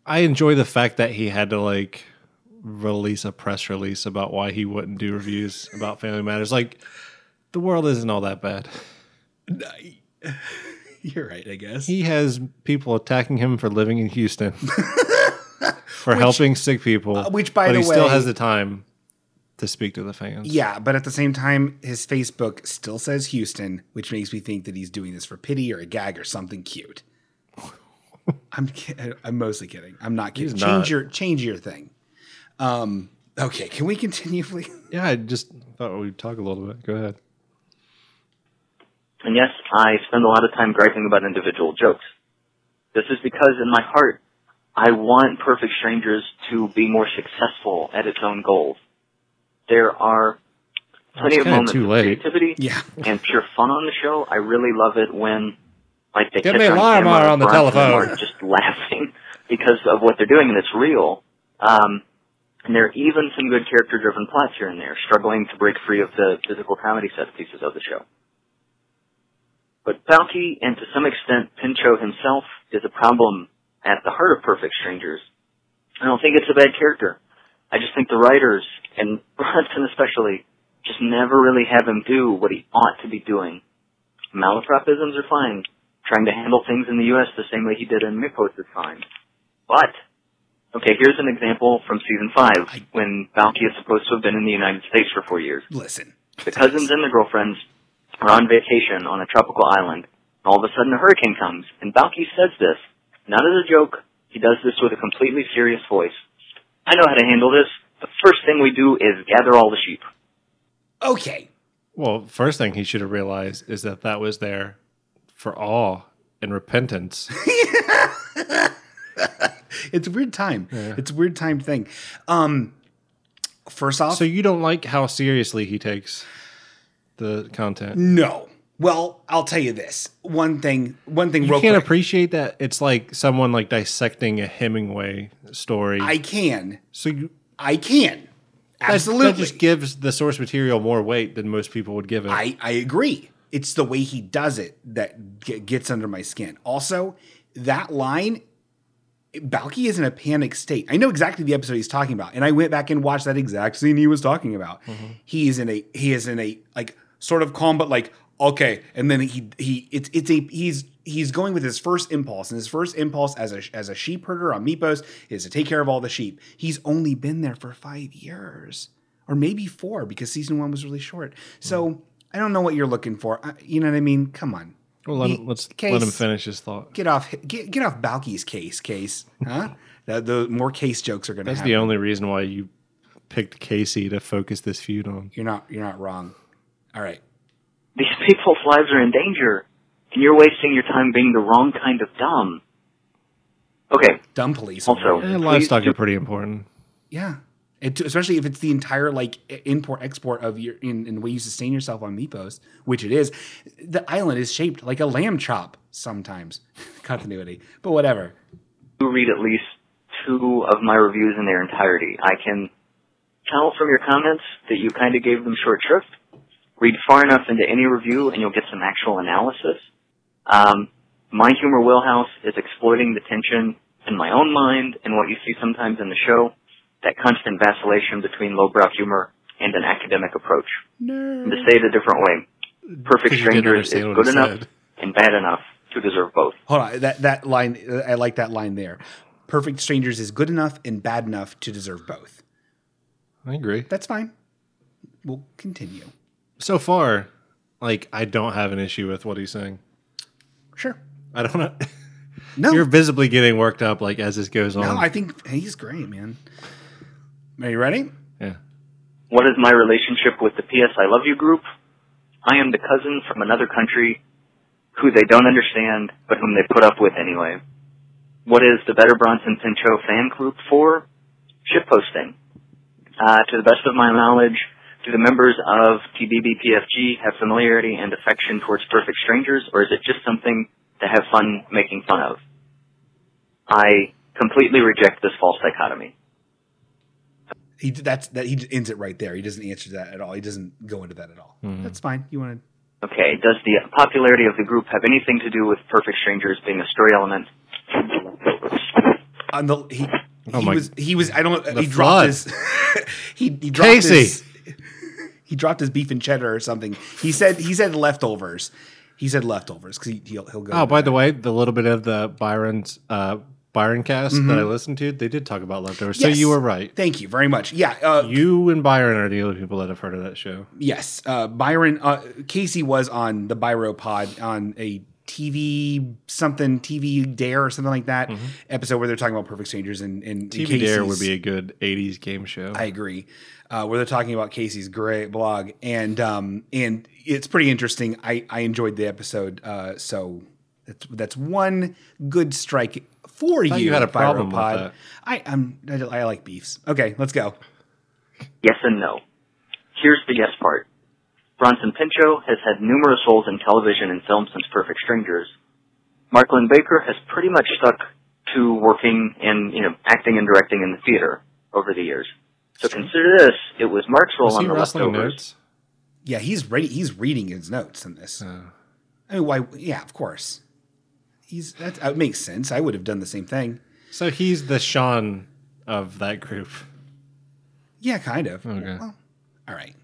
[SPEAKER 2] I enjoy the fact that he had to like release a press release about why he wouldn't do reviews about Family Matters. Like the world isn't all that bad.
[SPEAKER 1] You're right, I guess.
[SPEAKER 2] He has people attacking him for living in Houston. for helping sick people.
[SPEAKER 1] uh, which, by
[SPEAKER 2] but
[SPEAKER 1] the
[SPEAKER 2] he still
[SPEAKER 1] way-
[SPEAKER 2] has the time to speak to the fans.
[SPEAKER 1] yeah, but at the same time, his Facebook still says Houston, which makes me think that he's doing this for pity or a gag or something cute. I'm ki- I'm mostly kidding. I'm not kidding.
[SPEAKER 2] He's
[SPEAKER 1] change
[SPEAKER 2] not.
[SPEAKER 1] your change your thing. Um. Okay. Can we continue, please?
[SPEAKER 2] Yeah, I just thought we'd talk a little bit. Go ahead.
[SPEAKER 5] And yes, I spend a lot of time griping about individual jokes. This is because in my heart, I want Perfect Strangers to be more successful at its own goals. There are
[SPEAKER 2] It's
[SPEAKER 5] plenty of
[SPEAKER 2] kinda
[SPEAKER 5] moments
[SPEAKER 2] too
[SPEAKER 5] of
[SPEAKER 2] late.
[SPEAKER 5] creativity
[SPEAKER 1] Yeah.
[SPEAKER 5] and pure fun on the show. I really love it when, like, they
[SPEAKER 2] Give
[SPEAKER 5] catch
[SPEAKER 2] me
[SPEAKER 5] on
[SPEAKER 2] Larimer
[SPEAKER 5] camera,
[SPEAKER 2] on the
[SPEAKER 5] Bronson and
[SPEAKER 2] telephone.
[SPEAKER 5] Martin just laughing because of what they're doing, and it's real. Um, and there are even some good character-driven plots here and there, struggling to break free of the physical comedy set pieces of the show. But Balky, and to some extent Pinchot himself, is a problem at the heart of Perfect Strangers. I don't think it's a bad character. I just think the writers, and Rodson especially, just never really have him do what he ought to be doing. Malapropisms are fine. Trying to handle things in the U.S. the same way he did in Mikos is fine. But, okay, here's an example from season 5,
[SPEAKER 1] I-
[SPEAKER 5] when Balky is supposed to have been in the United States for four years.
[SPEAKER 1] Listen,
[SPEAKER 5] The cousins and the girlfriends are on vacation on a tropical island. and All of a sudden, a hurricane comes, and Balky says this. Not as a joke, he does this with a completely serious voice. I know how to handle this. The first thing we do is gather all the sheep.
[SPEAKER 1] okay,
[SPEAKER 2] Well, first thing he should have realized is that that was there for awe and repentance.
[SPEAKER 1] it's a weird time. It's a weird time thing. Um, first off,
[SPEAKER 2] so you don't like how seriously he takes the content.
[SPEAKER 1] no. Well, I'll tell you this one thing. One thing,
[SPEAKER 2] You
[SPEAKER 1] real
[SPEAKER 2] can't
[SPEAKER 1] quick.
[SPEAKER 2] appreciate that. It's like someone like dissecting a Hemingway story.
[SPEAKER 1] I can.
[SPEAKER 2] so you,
[SPEAKER 1] I can.
[SPEAKER 2] that,
[SPEAKER 1] Absolutely.
[SPEAKER 2] that just gives the source material more weight than most people would give it.
[SPEAKER 1] I, I agree. It's the way he does it that g- gets under my skin. Also, that line, Balky is in a panic state. I know exactly the episode he's talking about, and I went back and watched that exact scene he was talking about. He is in a he is in a like sort of calm, but like okay, and then he he it's it's a he's he's going with his first impulse, and his first impulse as a as a sheep herder on Meepos is to take care of all the sheep. He's only been there for five years or maybe four because season one was really short. So I don't know what you're looking for. I, you know what I mean? Come on,
[SPEAKER 2] well, let,
[SPEAKER 1] he-
[SPEAKER 2] him- let's let him
[SPEAKER 1] case-
[SPEAKER 2] finish his thought.
[SPEAKER 1] get off get get off Balky's case, case, huh? the, the more case jokes are going to
[SPEAKER 2] That's
[SPEAKER 1] happen.
[SPEAKER 2] the only reason why you picked Casey to focus this feud on.
[SPEAKER 1] you're not you're not wrong. All right,
[SPEAKER 5] These people's lives are in danger, and you're wasting your time being the wrong kind of dumb. Okay,
[SPEAKER 1] dumb police.
[SPEAKER 5] Also-
[SPEAKER 1] over there.
[SPEAKER 2] Eh,
[SPEAKER 5] Please
[SPEAKER 2] livestock
[SPEAKER 5] do-
[SPEAKER 2] are pretty important.
[SPEAKER 1] yeah. It, especially if it's the entire like import export of your in, in the way you sustain yourself on Meepos, which it is. The island is shaped like a lamb chop sometimes. Continuity, but whatever.
[SPEAKER 5] you read at least two of my reviews in their entirety. I can tell from your comments that you kind of gave them short shrift. Read far enough into any review and you'll get some actual analysis. Um, my humor wheelhouse is exploiting the tension in my own mind and what you see sometimes in the show, that constant vacillation between lowbrow humor and an academic approach. And to say it a different way, Perfect
[SPEAKER 2] Mm, Because you didn't
[SPEAKER 5] Strangers is
[SPEAKER 2] understand what
[SPEAKER 5] good
[SPEAKER 2] he
[SPEAKER 5] enough
[SPEAKER 2] said.
[SPEAKER 5] and bad enough to deserve both.
[SPEAKER 1] Hold on, that that line uh, I like that line there. Perfect strangers is good enough and bad enough to deserve both.
[SPEAKER 2] I agree.
[SPEAKER 1] That's fine. We'll continue.
[SPEAKER 2] So far, like I don't have an issue with what he's saying.
[SPEAKER 1] Sure.
[SPEAKER 2] I don't know.
[SPEAKER 1] No,
[SPEAKER 2] You're visibly getting worked up like as this goes on.
[SPEAKER 1] no, I think he's great, man. Are you ready?
[SPEAKER 2] yeah.
[SPEAKER 5] What is my relationship with the PS I Love You group? I am the cousin from another country who they don't understand, but whom they put up with anyway. What is the Better Bronson Pinchot fan group for? Shitposting. Uh, to the best of my knowledge, do the members of TBBPFG have familiarity and affection towards perfect strangers, or is it just something to have fun making fun of? I completely reject this false dichotomy.
[SPEAKER 1] He that's that he ends it right there. He doesn't answer that at all. He doesn't go into that at all.
[SPEAKER 2] Hmm.
[SPEAKER 1] That's fine. You want to?
[SPEAKER 5] Okay, does the popularity of the group have anything to do with Perfect Strangers being a story element?
[SPEAKER 1] On Uh, the he,
[SPEAKER 2] Oh
[SPEAKER 1] he
[SPEAKER 2] my-
[SPEAKER 1] was he was I don't
[SPEAKER 2] The
[SPEAKER 1] he dropped
[SPEAKER 2] flood.
[SPEAKER 1] his he he dropped
[SPEAKER 2] Casey.
[SPEAKER 1] his he dropped his beef and cheddar or something. He said he said leftovers. He said leftovers because he, he'll he'll go.
[SPEAKER 2] Oh, by the way, the little bit of the Byron's uh, Byron cast that I listened to, they did talk about leftovers. So
[SPEAKER 1] Mm-hmm. Yes.
[SPEAKER 2] you were right.
[SPEAKER 1] Thank you very much. Yeah. Uh,
[SPEAKER 2] You and Byron are the only people that have heard of that show.
[SPEAKER 1] yes. Uh, Byron uh, Casey was on the Byro Pod on a TV something TV Dare or something like that episode where they're talking about Perfect Strangers and and
[SPEAKER 2] TV
[SPEAKER 1] and
[SPEAKER 2] Mm-hmm. Dare would
[SPEAKER 1] Casey's-
[SPEAKER 2] be a good '80s game show.
[SPEAKER 1] I agree. Uh, where they're talking about Casey's great blog, and um, and it's pretty interesting. I I enjoyed the episode. Uh, so that's that's one good strike for you.
[SPEAKER 2] thought you had a
[SPEAKER 1] Byro
[SPEAKER 2] problem with
[SPEAKER 1] Pod.
[SPEAKER 2] that.
[SPEAKER 1] I I'm, I I like beefs. Okay, let's go.
[SPEAKER 5] Yes and no. Here's the yes part. Bronson Pinchot has had numerous roles in television and film since Perfect Strangers. Marklin Baker has pretty much stuck to working and, you know, acting and directing in the theater over the years. So consider this, it was Mark's role
[SPEAKER 2] Was
[SPEAKER 5] on
[SPEAKER 2] he
[SPEAKER 5] The
[SPEAKER 2] wrestling
[SPEAKER 5] Leftovers.
[SPEAKER 2] notes?
[SPEAKER 1] Yeah, he's ready. He's reading his notes in this.
[SPEAKER 2] Oh.
[SPEAKER 1] I mean, why? Yeah, of course. he's that, that makes sense. I would have done the same thing.
[SPEAKER 2] So he's the Sean of that group.
[SPEAKER 1] Yeah, kind of.
[SPEAKER 2] Okay.
[SPEAKER 1] Well, all right.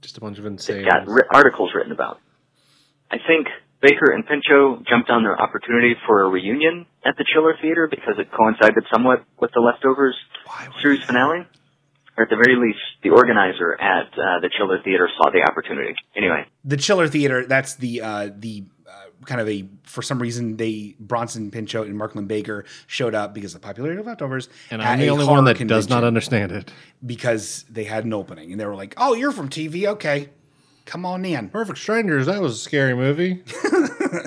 [SPEAKER 2] Just a bunch of
[SPEAKER 5] that
[SPEAKER 2] insane.
[SPEAKER 5] got ri- articles written about. I think Baker and Pinchot jumped on their opportunity for a reunion at the Chiller Theater because it coincided somewhat with the Leftovers
[SPEAKER 1] Why would
[SPEAKER 5] series finale. Or at the very least, the organizer at uh, the Chiller Theater saw the opportunity. Anyway,
[SPEAKER 1] the Chiller Theater? That's the uh, the uh, kind of a for some reason they Bronson Pinchot and Marklin Baker showed up because of the popularity of leftovers.
[SPEAKER 2] and
[SPEAKER 1] at
[SPEAKER 2] I'm the
[SPEAKER 1] a
[SPEAKER 2] only
[SPEAKER 1] horror
[SPEAKER 2] one that does not
[SPEAKER 1] convention
[SPEAKER 2] understand it.
[SPEAKER 1] because they had an opening and they were like, "Oh, you're from TV? Okay, come on in."
[SPEAKER 2] Perfect Strangers. That was a scary movie.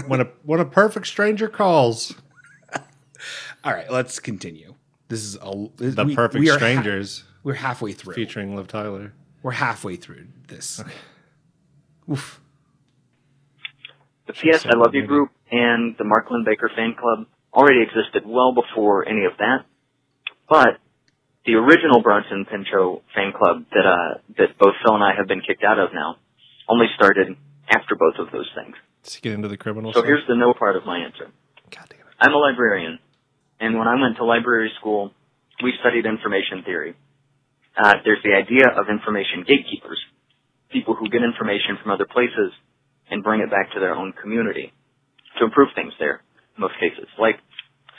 [SPEAKER 2] when a when a perfect stranger calls.
[SPEAKER 1] All right, let's continue. This is a
[SPEAKER 2] The Perfect
[SPEAKER 1] are ha-
[SPEAKER 2] Strangers
[SPEAKER 1] we're halfway through.
[SPEAKER 2] featuring Liv Tyler.
[SPEAKER 1] We're halfway through this. Oof.
[SPEAKER 5] the PS I
[SPEAKER 2] said
[SPEAKER 5] Love
[SPEAKER 2] that
[SPEAKER 5] You
[SPEAKER 2] maybe.
[SPEAKER 5] group and the Marklin Baker fan club already existed well before any of that. But the original Bronson Pinchot fan club that uh, that both Phil and I have been kicked out of now only started after both of those things.
[SPEAKER 2] Let's get into the criminal
[SPEAKER 5] So
[SPEAKER 2] stuff.
[SPEAKER 5] here's the no part of my answer.
[SPEAKER 2] God damn it.
[SPEAKER 5] I'm a librarian, and when I went to library school, we studied information theory. Uh, there's the idea of information gatekeepers, people who get information from other places and bring it back to their own community to improve things there, in most cases. Like,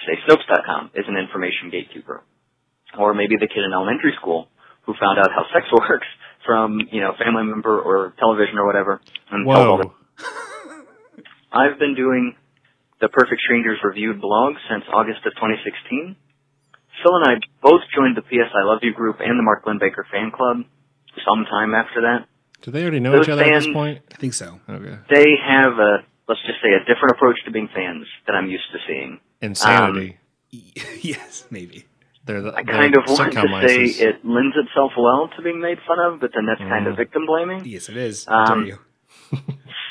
[SPEAKER 5] say, Snopes.com is an information gatekeeper. Or maybe the kid in elementary school who found out how sex works from, you know, family member or television or whatever, and tells all the
[SPEAKER 2] Whoa.
[SPEAKER 5] I've been doing the Perfect Strangers Reviewed blog since August of 2016. Phil and I both joined the PS I Love You group and the Mark Lynn Baker fan club sometime after that.
[SPEAKER 2] Do they already know
[SPEAKER 5] Those
[SPEAKER 2] each other at this
[SPEAKER 5] fans-
[SPEAKER 2] point?
[SPEAKER 1] I think so.
[SPEAKER 2] Okay.
[SPEAKER 5] They have a, let's just say, a different approach to being fans than I'm used to seeing.
[SPEAKER 2] Insanity.
[SPEAKER 1] yes, maybe.
[SPEAKER 2] they're the,
[SPEAKER 5] um, I kind
[SPEAKER 2] they're
[SPEAKER 5] of want
[SPEAKER 2] sitcom
[SPEAKER 5] to say
[SPEAKER 2] ISIS.
[SPEAKER 5] it lends itself well to being made fun of, but then that's kind of victim blaming.
[SPEAKER 1] Yes, it is.
[SPEAKER 5] Um,
[SPEAKER 1] Dare you.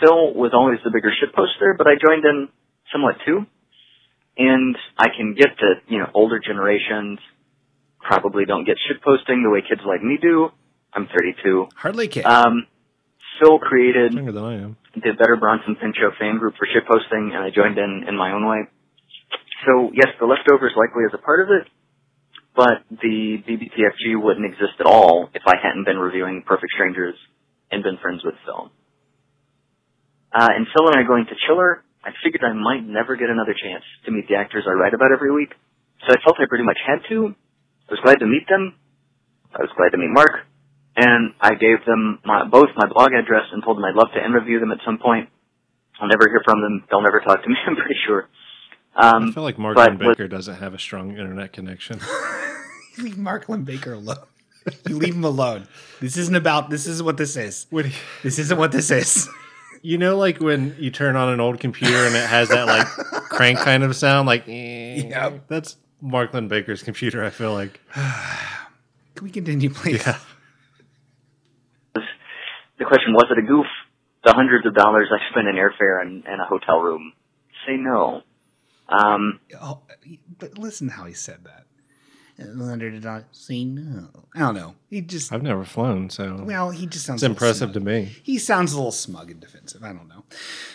[SPEAKER 5] Phil was always the bigger shit poster, but I joined in somewhat too. And I can get that, you know, older generations probably don't get shit posting the way kids like me do. I'm 32.
[SPEAKER 1] Hardly kid.
[SPEAKER 5] Um, Phil created
[SPEAKER 2] Younger than I am.
[SPEAKER 5] the Better Bronson Pinchot fan group for shit posting, and I joined in in my own way. So yes, the leftovers likely is a part of it, but the BBTFG wouldn't exist at all if I hadn't been reviewing Perfect Strangers and been friends with Phil. Uh, and Phil and I are going to Chiller. I figured I might never get another chance to meet the actors I write about every week, so I felt I pretty much had to. I was glad to meet them. I was glad to meet Mark and I gave them my, both my blog address and told them I'd love to interview them at some point. I'll never hear from them. They'll never talk to me. I'm pretty sure.
[SPEAKER 2] I
[SPEAKER 5] Um,
[SPEAKER 2] feel like
[SPEAKER 5] but
[SPEAKER 2] Morgan
[SPEAKER 5] with-
[SPEAKER 2] Baker doesn't have a strong internet connection.
[SPEAKER 1] leave Marklin Baker alone. you leave him alone. This isn't about. This isn't what this is.
[SPEAKER 2] Would he-
[SPEAKER 1] This isn't what this is.
[SPEAKER 2] you know, like when you turn on an old computer and it has that like crank kind of sound, like eh,
[SPEAKER 1] Yep.
[SPEAKER 2] that's Marklin Baker's computer. I feel like
[SPEAKER 1] Can we continue, please?
[SPEAKER 2] Yeah.
[SPEAKER 5] the question was it a goof? The hundreds of dollars I spent in airfare and, and a hotel room. Say no. Um,
[SPEAKER 1] Oh, but listen how he said that. Leonard did not say no. I don't know. He just.
[SPEAKER 2] I've never flown, so
[SPEAKER 1] well, he just sounds.
[SPEAKER 2] it's
[SPEAKER 1] a little
[SPEAKER 2] impressive to
[SPEAKER 1] smug.
[SPEAKER 2] me.
[SPEAKER 1] He sounds a little smug and defensive. I don't know.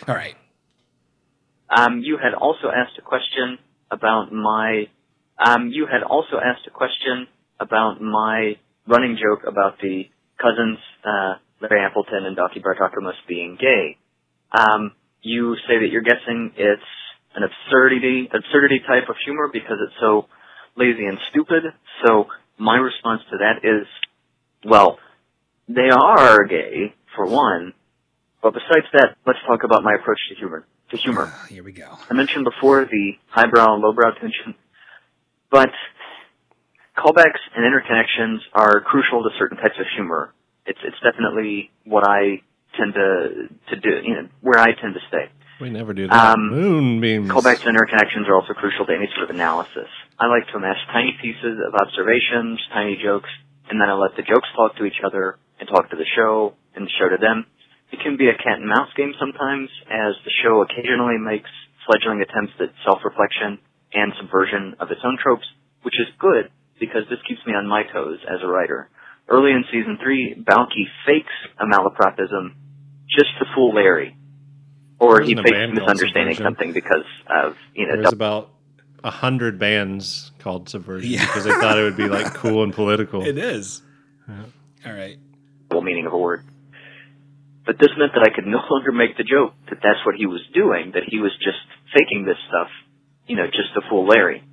[SPEAKER 1] All right.
[SPEAKER 5] um, you had also asked a question about my. Um, you had also asked a question about my running joke about the cousins uh, Larry Appleton and Doki Bartakamos being gay. Um, you say that you're guessing it's an absurdity absurdity type of humor because it's so lazy and stupid. So my response to that is, well, they are gay for one, but besides that, let's talk about my approach to humor. To humor.
[SPEAKER 1] Uh, Here we go.
[SPEAKER 5] I mentioned before the highbrow and lowbrow tension, but callbacks and interconnections are crucial to certain types of humor. It's it's definitely what I tend to to do, you know, where I tend to stay.
[SPEAKER 2] We never do that.
[SPEAKER 5] Um,
[SPEAKER 2] Moonbeams.
[SPEAKER 5] Callbacks and interconnections are also crucial to any sort of analysis. I like to amass tiny pieces of observations, tiny jokes, and then I let the jokes talk to each other and talk to the show and the show to them. It can be a cat and mouse game sometimes, as the show occasionally makes fledgling attempts at self-reflection and subversion of its own tropes, which is good because this keeps me on my toes as a writer. Early in season three, Balky fakes a malapropism just to fool Larry or
[SPEAKER 2] Wasn't
[SPEAKER 5] he
[SPEAKER 2] a
[SPEAKER 5] faked
[SPEAKER 2] band called
[SPEAKER 5] misunderstanding
[SPEAKER 2] Subversion.
[SPEAKER 5] something because of you know
[SPEAKER 2] There's about a hundred bands called Subversion
[SPEAKER 1] Yeah.
[SPEAKER 2] because they thought it would be like cool and political.
[SPEAKER 1] It is. All right.
[SPEAKER 5] double meaning of a word. But this meant that I could no longer make the joke that that's what he was doing, that he was just faking this stuff, you know, just to fool Larry.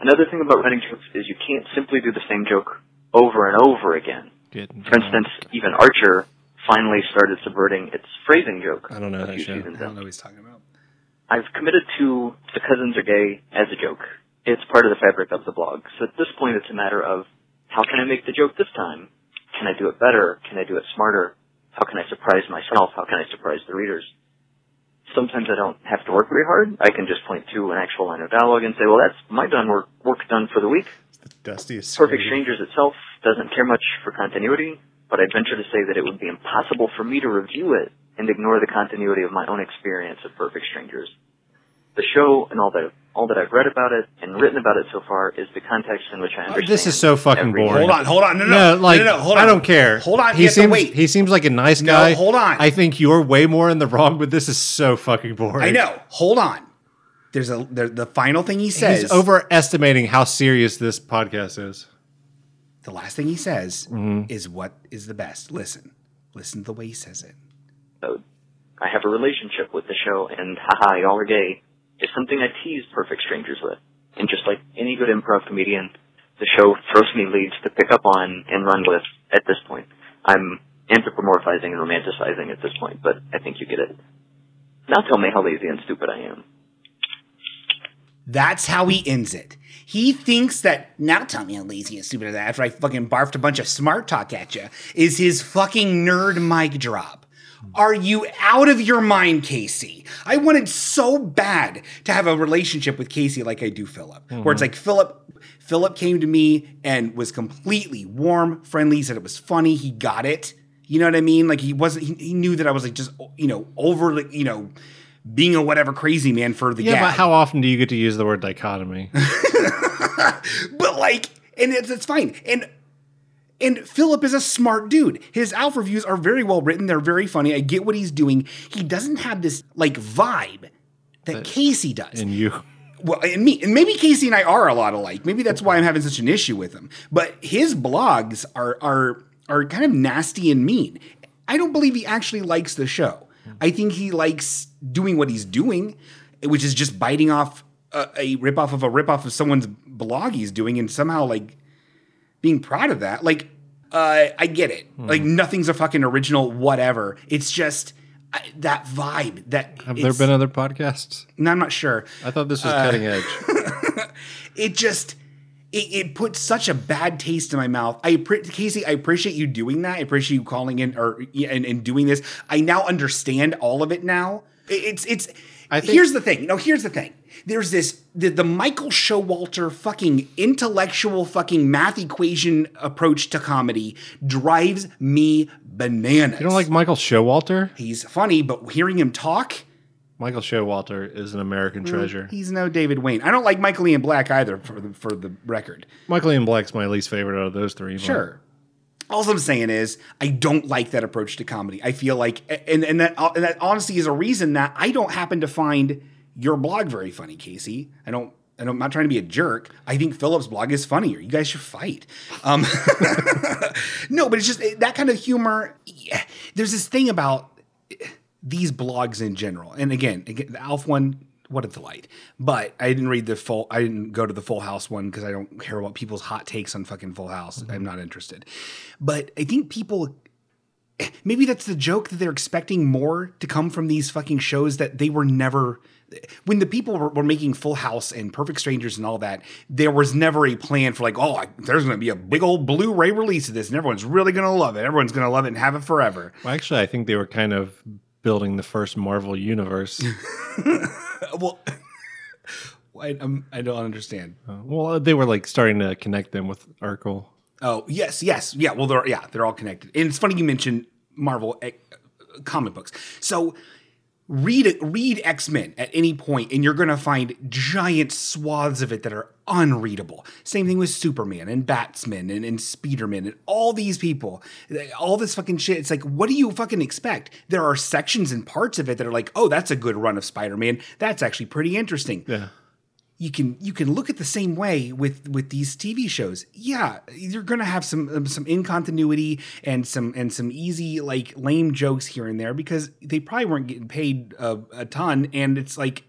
[SPEAKER 5] Another thing about writing jokes is you can't simply do the same joke over and over again.
[SPEAKER 2] Good.
[SPEAKER 5] For instance, even Archer finally started subverting its phrasing joke.
[SPEAKER 2] I don't know
[SPEAKER 5] a
[SPEAKER 2] that
[SPEAKER 5] few
[SPEAKER 2] show.
[SPEAKER 5] seasons
[SPEAKER 1] I
[SPEAKER 5] in.
[SPEAKER 1] don't know what he's talking about.
[SPEAKER 5] I've committed to the cousins are gay as a joke. It's part of the fabric of the blog. So at this point, it's a matter of how can I make the joke this time? Can I do it better? Can I do it smarter? How can I surprise myself? How can I surprise the readers? Sometimes I don't have to work very hard. I can just point to an actual line of dialogue and say, well, that's my done work, work done for the week.
[SPEAKER 2] Dusty is
[SPEAKER 5] Perfect Strangers itself doesn't care much for continuity, but I'd venture to say that it would be impossible for me to review it and ignore the continuity of my own experience of Perfect Strangers. The show and all that all that I've read about it and written about it so far is the context in which I
[SPEAKER 2] Oh,
[SPEAKER 5] understand.
[SPEAKER 2] this is so fucking
[SPEAKER 5] every-
[SPEAKER 2] boring.
[SPEAKER 1] Hold on, hold on. No, no,
[SPEAKER 2] No,
[SPEAKER 1] no,
[SPEAKER 2] like
[SPEAKER 1] no, no, hold on.
[SPEAKER 2] I don't care.
[SPEAKER 1] Hold on, you
[SPEAKER 2] He
[SPEAKER 1] have to
[SPEAKER 2] seems
[SPEAKER 1] wait.
[SPEAKER 2] he seems like a nice
[SPEAKER 1] No,
[SPEAKER 2] guy.
[SPEAKER 1] hold on.
[SPEAKER 2] I think you're way more in the wrong, but this is so fucking boring.
[SPEAKER 1] I know. Hold on. There's a there, the final thing he says.
[SPEAKER 2] He's overestimating how serious this podcast is.
[SPEAKER 1] The last thing he says is what is the best. Listen, listen to the way he says it.
[SPEAKER 5] episode. I have a relationship with the show, and haha, y'all are gay is something I tease perfect strangers with. And just like any good improv comedian, the show throws me leads to pick up on and run with at this point. I'm anthropomorphizing and romanticizing at this point, but I think you get it. Now tell me how lazy and stupid I am.
[SPEAKER 1] That's how he ends it. He thinks that now tell me how lazy and stupid that after I fucking barfed a bunch of smart talk at you is his fucking nerd mic drop. Are you out of your mind, Casey? I wanted so bad to have a relationship with Casey like I do Philip, where
[SPEAKER 2] Mm-hmm.
[SPEAKER 1] it's like Philip. Philip came to me and was completely warm, friendly. He said it was funny. He got it. You know what I mean? Like he wasn't. He, he knew that I was like just you know overly you know being a whatever crazy man for the
[SPEAKER 2] Yeah,
[SPEAKER 1] gag
[SPEAKER 2] but how often do you get to use the word dichotomy?
[SPEAKER 1] but like, and it's, it's fine. And and Philip is a smart dude. His Alf reviews are very well written. They're very funny. I get what he's doing. He doesn't have this like vibe that, Casey does.
[SPEAKER 2] and you,
[SPEAKER 1] well, and me, and maybe Casey and I are a lot alike. Maybe that's why I'm having such an issue with him. But his blogs are are are kind of nasty and mean. I don't believe he actually likes the show. I think he likes doing what he's doing, which is just biting off a, a rip off of a rip off of someone's blog he's doing, and somehow like being proud of that. Like, uh, I get it.
[SPEAKER 2] Hmm.
[SPEAKER 1] Like, nothing's a fucking original. Whatever. It's just I, that vibe. That
[SPEAKER 2] have there been other podcasts?
[SPEAKER 1] A- I'm not sure
[SPEAKER 2] I thought this was
[SPEAKER 1] Uh,
[SPEAKER 2] cutting edge.
[SPEAKER 1] it just it, it put such a bad taste in my mouth. I appre- Casey, I appreciate you doing that. I appreciate you calling in or yeah, and, and doing this. I now understand all of it now. It- It's it's
[SPEAKER 2] I think-
[SPEAKER 1] here's the thing. No, here's the thing. There's this the, the Michael Showalter fucking intellectual fucking math equation approach to comedy drives me bananas.
[SPEAKER 2] You don't like Michael Showalter?
[SPEAKER 1] he's funny, but hearing him talk,
[SPEAKER 2] Michael Showalter is an American
[SPEAKER 1] Mm.
[SPEAKER 2] treasure.
[SPEAKER 1] he's no David Wayne. I don't like Michael Ian Black either for the for the record.
[SPEAKER 2] Michael Ian Black's my least favorite out of those three. but-
[SPEAKER 1] Sure. All I'm saying is I don't like that approach to comedy. I feel like, and and that, uh, and that honestly is a reason that I don't happen to find your blog very funny, Casey. I don't. I don't, I'm not trying to be a jerk. I think Philip's blog is funnier. You guys should fight. Um, no, but it's just it- that kind of humor. yeah. There's this thing about these blogs in general. And again, again the Alf one, what a delight. But I didn't read the full, I didn't go to the Full House one because I don't care about people's hot takes on fucking Full House. I'm not interested. But I think people, maybe that's the joke that they're expecting more to come from these fucking shows that they were never. When the people were, were making Full House and Perfect Strangers and all that, there was never a plan for like, oh, I- there's going to be a big old Blu-ray release of this, and everyone's really going to love it. Everyone's going to love it and have it forever.
[SPEAKER 2] Well, actually, I think they were kind of building the first Marvel universe.
[SPEAKER 1] well, I, um, I don't understand.
[SPEAKER 2] Uh, well, they were like starting to connect them with Urkel.
[SPEAKER 1] Oh yes, yes, yeah. Well, they're yeah, they're all connected. And it's funny you mentioned Marvel eh, comic books. So Read read X Men at any point, and you're going to find giant swaths of it that are unreadable. Same thing with Superman and Batsman and, and Speederman and all these people, They- all this fucking shit. It's like, what do you fucking expect? There are sections and parts of it that are like, oh, that's a good run of Spider Man. That's actually pretty interesting
[SPEAKER 2] Yeah.
[SPEAKER 1] you can you can look at the same way with with these TV shows. Yeah, you're gonna have some um, some incontinuity and some and some easy like lame jokes here and there because they probably weren't getting paid a, a ton, and it's like.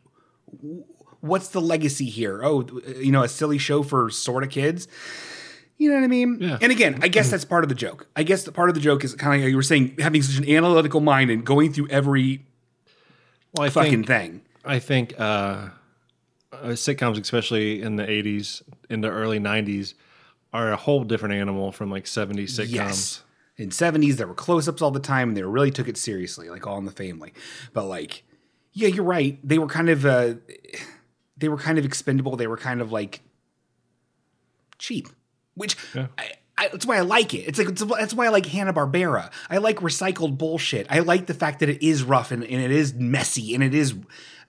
[SPEAKER 1] w- What's the legacy here? Oh, you know, a silly show for sort of kids. You know what I mean?
[SPEAKER 2] Yeah.
[SPEAKER 1] And again, I guess that's part of the joke. I guess the part of the joke is kind of like you were saying, having such an analytical mind and going through every
[SPEAKER 2] Well, I
[SPEAKER 1] fucking
[SPEAKER 2] think
[SPEAKER 1] thing.
[SPEAKER 2] I think uh, uh, sitcoms, especially in the '80s, in the early '90s, are a whole different animal from like '70s sitcoms.
[SPEAKER 1] Yes. In 70s, there were close ups all the time and they really took it seriously, like all in the family. But like, yeah, you're right. They were kind of, uh, they were kind of expendable. They were kind of like cheap, which
[SPEAKER 2] Yeah.
[SPEAKER 1] I, I, that's why I like it. It's like, it's, that's why I like Hanna-Barbera. I like recycled bullshit. I like the fact that it is rough and, and it is messy and it is,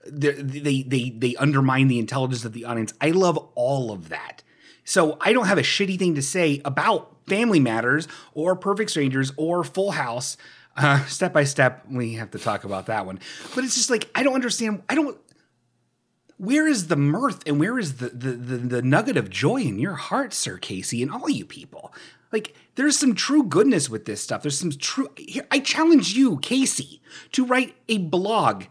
[SPEAKER 1] they, they, they, they undermine the intelligence of the audience. I love all of that. So I don't have a shitty thing to say about Family Matters or Perfect Strangers or Full House. Uh, step by step, we have to talk about that one. But it's just like I don't understand. I don't. Where is the mirth and where is the the the, the nugget of joy in your heart, Sir Casey, and all you people? Like there's some true goodness with this stuff. There's some true. Here, I challenge you, Casey, to write a blog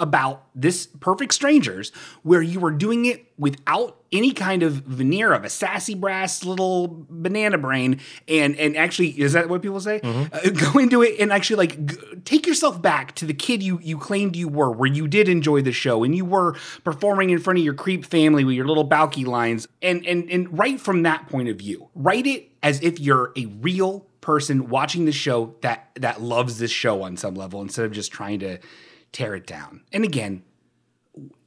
[SPEAKER 1] about this perfect strangers where you were doing it without any kind of veneer of a sassy brass little banana brain and and actually is that what people say uh, go into it and actually like g- take yourself back to the kid you you claimed you were where you did enjoy the show and you were performing in front of your creep family with your little balky lines and and and write from that point of view write it as if you're a real person watching the show that that loves this show on some level instead of just trying to tear it down. And again,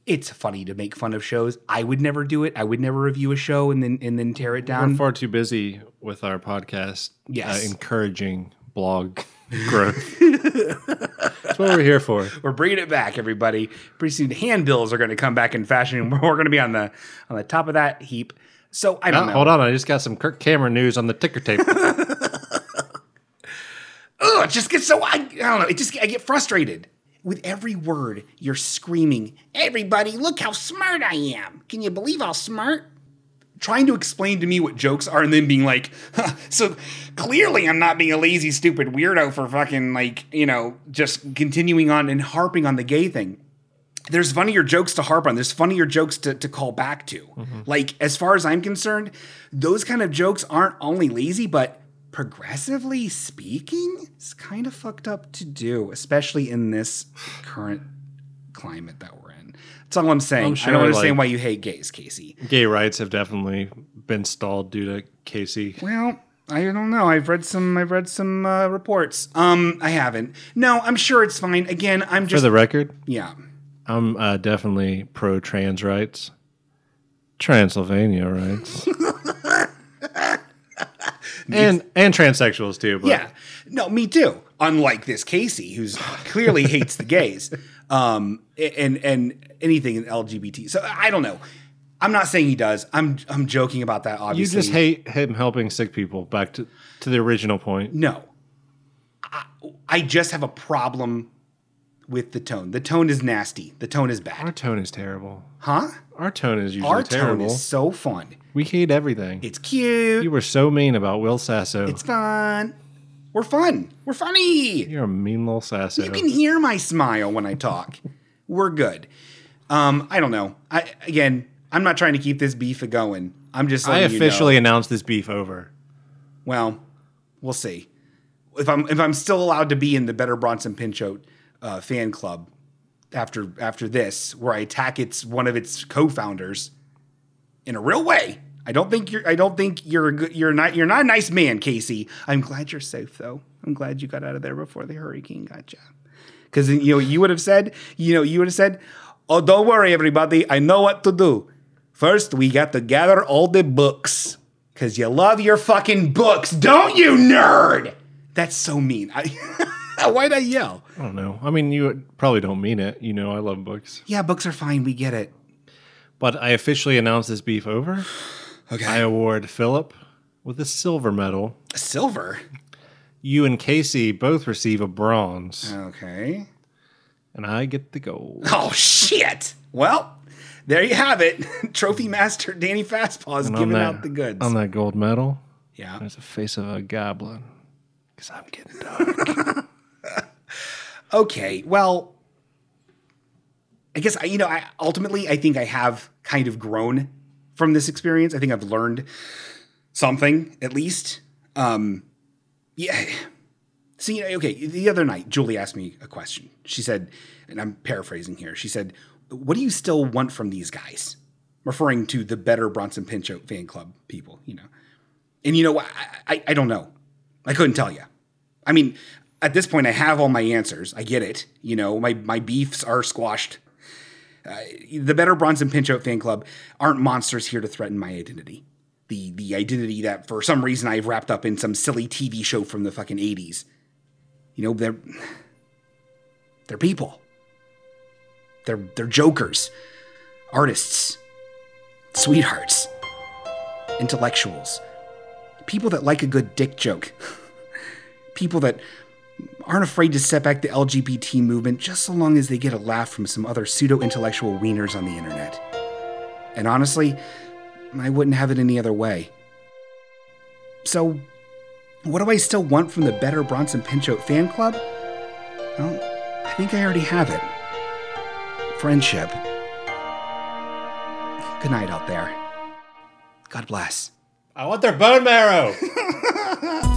[SPEAKER 1] it's funny to make fun of shows. I would never do it. I would never review a show and then and then tear it
[SPEAKER 2] We're
[SPEAKER 1] down.
[SPEAKER 2] far too busy with our podcast,
[SPEAKER 1] Yes.
[SPEAKER 2] uh, encouraging blog growth. That's what we're here for.
[SPEAKER 1] We're bringing it back, everybody. Pretty soon, handbills are going to come back in fashion, and we're going to be on the on the top of that heap. So I don't
[SPEAKER 2] Ah,
[SPEAKER 1] know.
[SPEAKER 2] hold on, I just got some Kirk Cameron news on the ticker tape.
[SPEAKER 1] Ugh, it just gets so I, I don't know. It just I get frustrated with every word you're screaming. Everybody, look how smart I am! Can you believe how smart? Trying to explain to me what jokes are, and then being like, huh, "So clearly, I'm not being a lazy, stupid weirdo for fucking like you know just continuing on and harping on the gay thing." there's funnier jokes to harp on. There's funnier jokes to, to call back to.
[SPEAKER 2] Mm-hmm.
[SPEAKER 1] Like, as far as I'm concerned, those kind of jokes aren't only lazy, but progressively speaking, it's kind of fucked up to do, especially in this current climate that we're in. That's all I'm saying.
[SPEAKER 2] I'm
[SPEAKER 1] I
[SPEAKER 2] sure,
[SPEAKER 1] don't understand
[SPEAKER 2] like-
[SPEAKER 1] why you hate gays, Casey.
[SPEAKER 2] Gay rights have definitely been stalled due to Casey.
[SPEAKER 1] Well, I don't know. I've read some. I've read some uh, reports. Um, I haven't. No, I'm sure it's fine. Again, I'm
[SPEAKER 2] For
[SPEAKER 1] just
[SPEAKER 2] the record,
[SPEAKER 1] yeah.
[SPEAKER 2] I'm uh, definitely pro trans rights, Transylvania rights, and and transsexuals too. But
[SPEAKER 1] Yeah. No, me too. Unlike this Casey, who's clearly hates the gays, um, and and anything in LGBT. So I don't know. I'm not saying he does. I'm I'm joking about that.
[SPEAKER 2] you
[SPEAKER 1] Obviously,
[SPEAKER 2] just hate him helping sick people. Back to to the original point.
[SPEAKER 1] No, I, I just have a problem with the tone. The tone is nasty. The tone is
[SPEAKER 2] Our
[SPEAKER 1] bad.
[SPEAKER 2] tone is terrible.
[SPEAKER 1] Huh?
[SPEAKER 2] Our tone is usually
[SPEAKER 1] Our tone
[SPEAKER 2] terrible.
[SPEAKER 1] is so fun.
[SPEAKER 2] we hate everything.
[SPEAKER 1] It's cute.
[SPEAKER 2] You were so mean about Will Sasso.
[SPEAKER 1] It's fun. We're fun. We're funny.
[SPEAKER 2] You're a mean little Sasso.
[SPEAKER 1] You can hear my smile when I talk. We're good. Um, I don't know. I again, I'm not trying to keep this beef a going. I'm just
[SPEAKER 2] I
[SPEAKER 1] letting you know.
[SPEAKER 2] officially announced this beef over.
[SPEAKER 1] Well, we'll see. If I'm if I'm still allowed to be in the Better Bronson Pinchot uh, fan club after after this, where I attack its one of its co-founders in a real way. I don't think you're. I don't think you're a good. You're not. You're not a nice man, Casey. I'm glad you're safe though. I'm glad you got out of there before the hurricane got you. Because you know you would have said. You know you would have said, "Oh, don't worry, everybody. I know what to do. First, we got to gather all the books." Cause you love your fucking books, don't you, nerd? That's so mean. I, Why'd I yell?
[SPEAKER 2] I don't know. I mean, you probably don't mean it. You know, I love books.
[SPEAKER 1] Yeah, books are fine. We get it.
[SPEAKER 2] But I officially announce this beef over.
[SPEAKER 1] Okay.
[SPEAKER 2] I award Philip with a silver medal.
[SPEAKER 1] Silver.
[SPEAKER 2] You and Casey both receive a bronze,
[SPEAKER 1] Okay.
[SPEAKER 2] and I get the gold.
[SPEAKER 1] Oh shit. Well, there you have it. Trophy master Danny Fastpaw is
[SPEAKER 2] And
[SPEAKER 1] giving
[SPEAKER 2] that-
[SPEAKER 1] out the goods.
[SPEAKER 2] On that gold medal,
[SPEAKER 1] yeah.
[SPEAKER 2] there's a face of a goblin. Because I'm getting dark.
[SPEAKER 1] Okay. Well, I guess I, you know. I ultimately, I think I have kind of grown from this experience. I think I've learned something at least. Um, yeah. See, okay. The other night, Julie asked me a question. She said, and I'm paraphrasing here. She said, "What do you still want from these guys?" Referring to the better Bronson Pinchot fan club people, you know. And you know, I, I, I don't know. I couldn't tell you. I mean, at this point, I have all my answers. I get it. You know, my, my beefs are squashed. Uh, the better Bronson Pinchot fan club aren't monsters here to threaten my identity. The, the identity that for some reason I've wrapped up in some silly TV show from the fucking 80s. You know, they're, they're people. They're, they're jokers, artists, sweethearts, intellectuals, people that like a good dick joke people that aren't afraid to set back the LGBT movement just so long as they get a laugh from some other pseudo intellectual wieners on the internet. And honestly, I wouldn't have it any other way. So, what do I still want from the better Bronson Pinchot fan club? Well, I think I already have it friendship. Good night out there. God bless.
[SPEAKER 2] I want their bone marrow.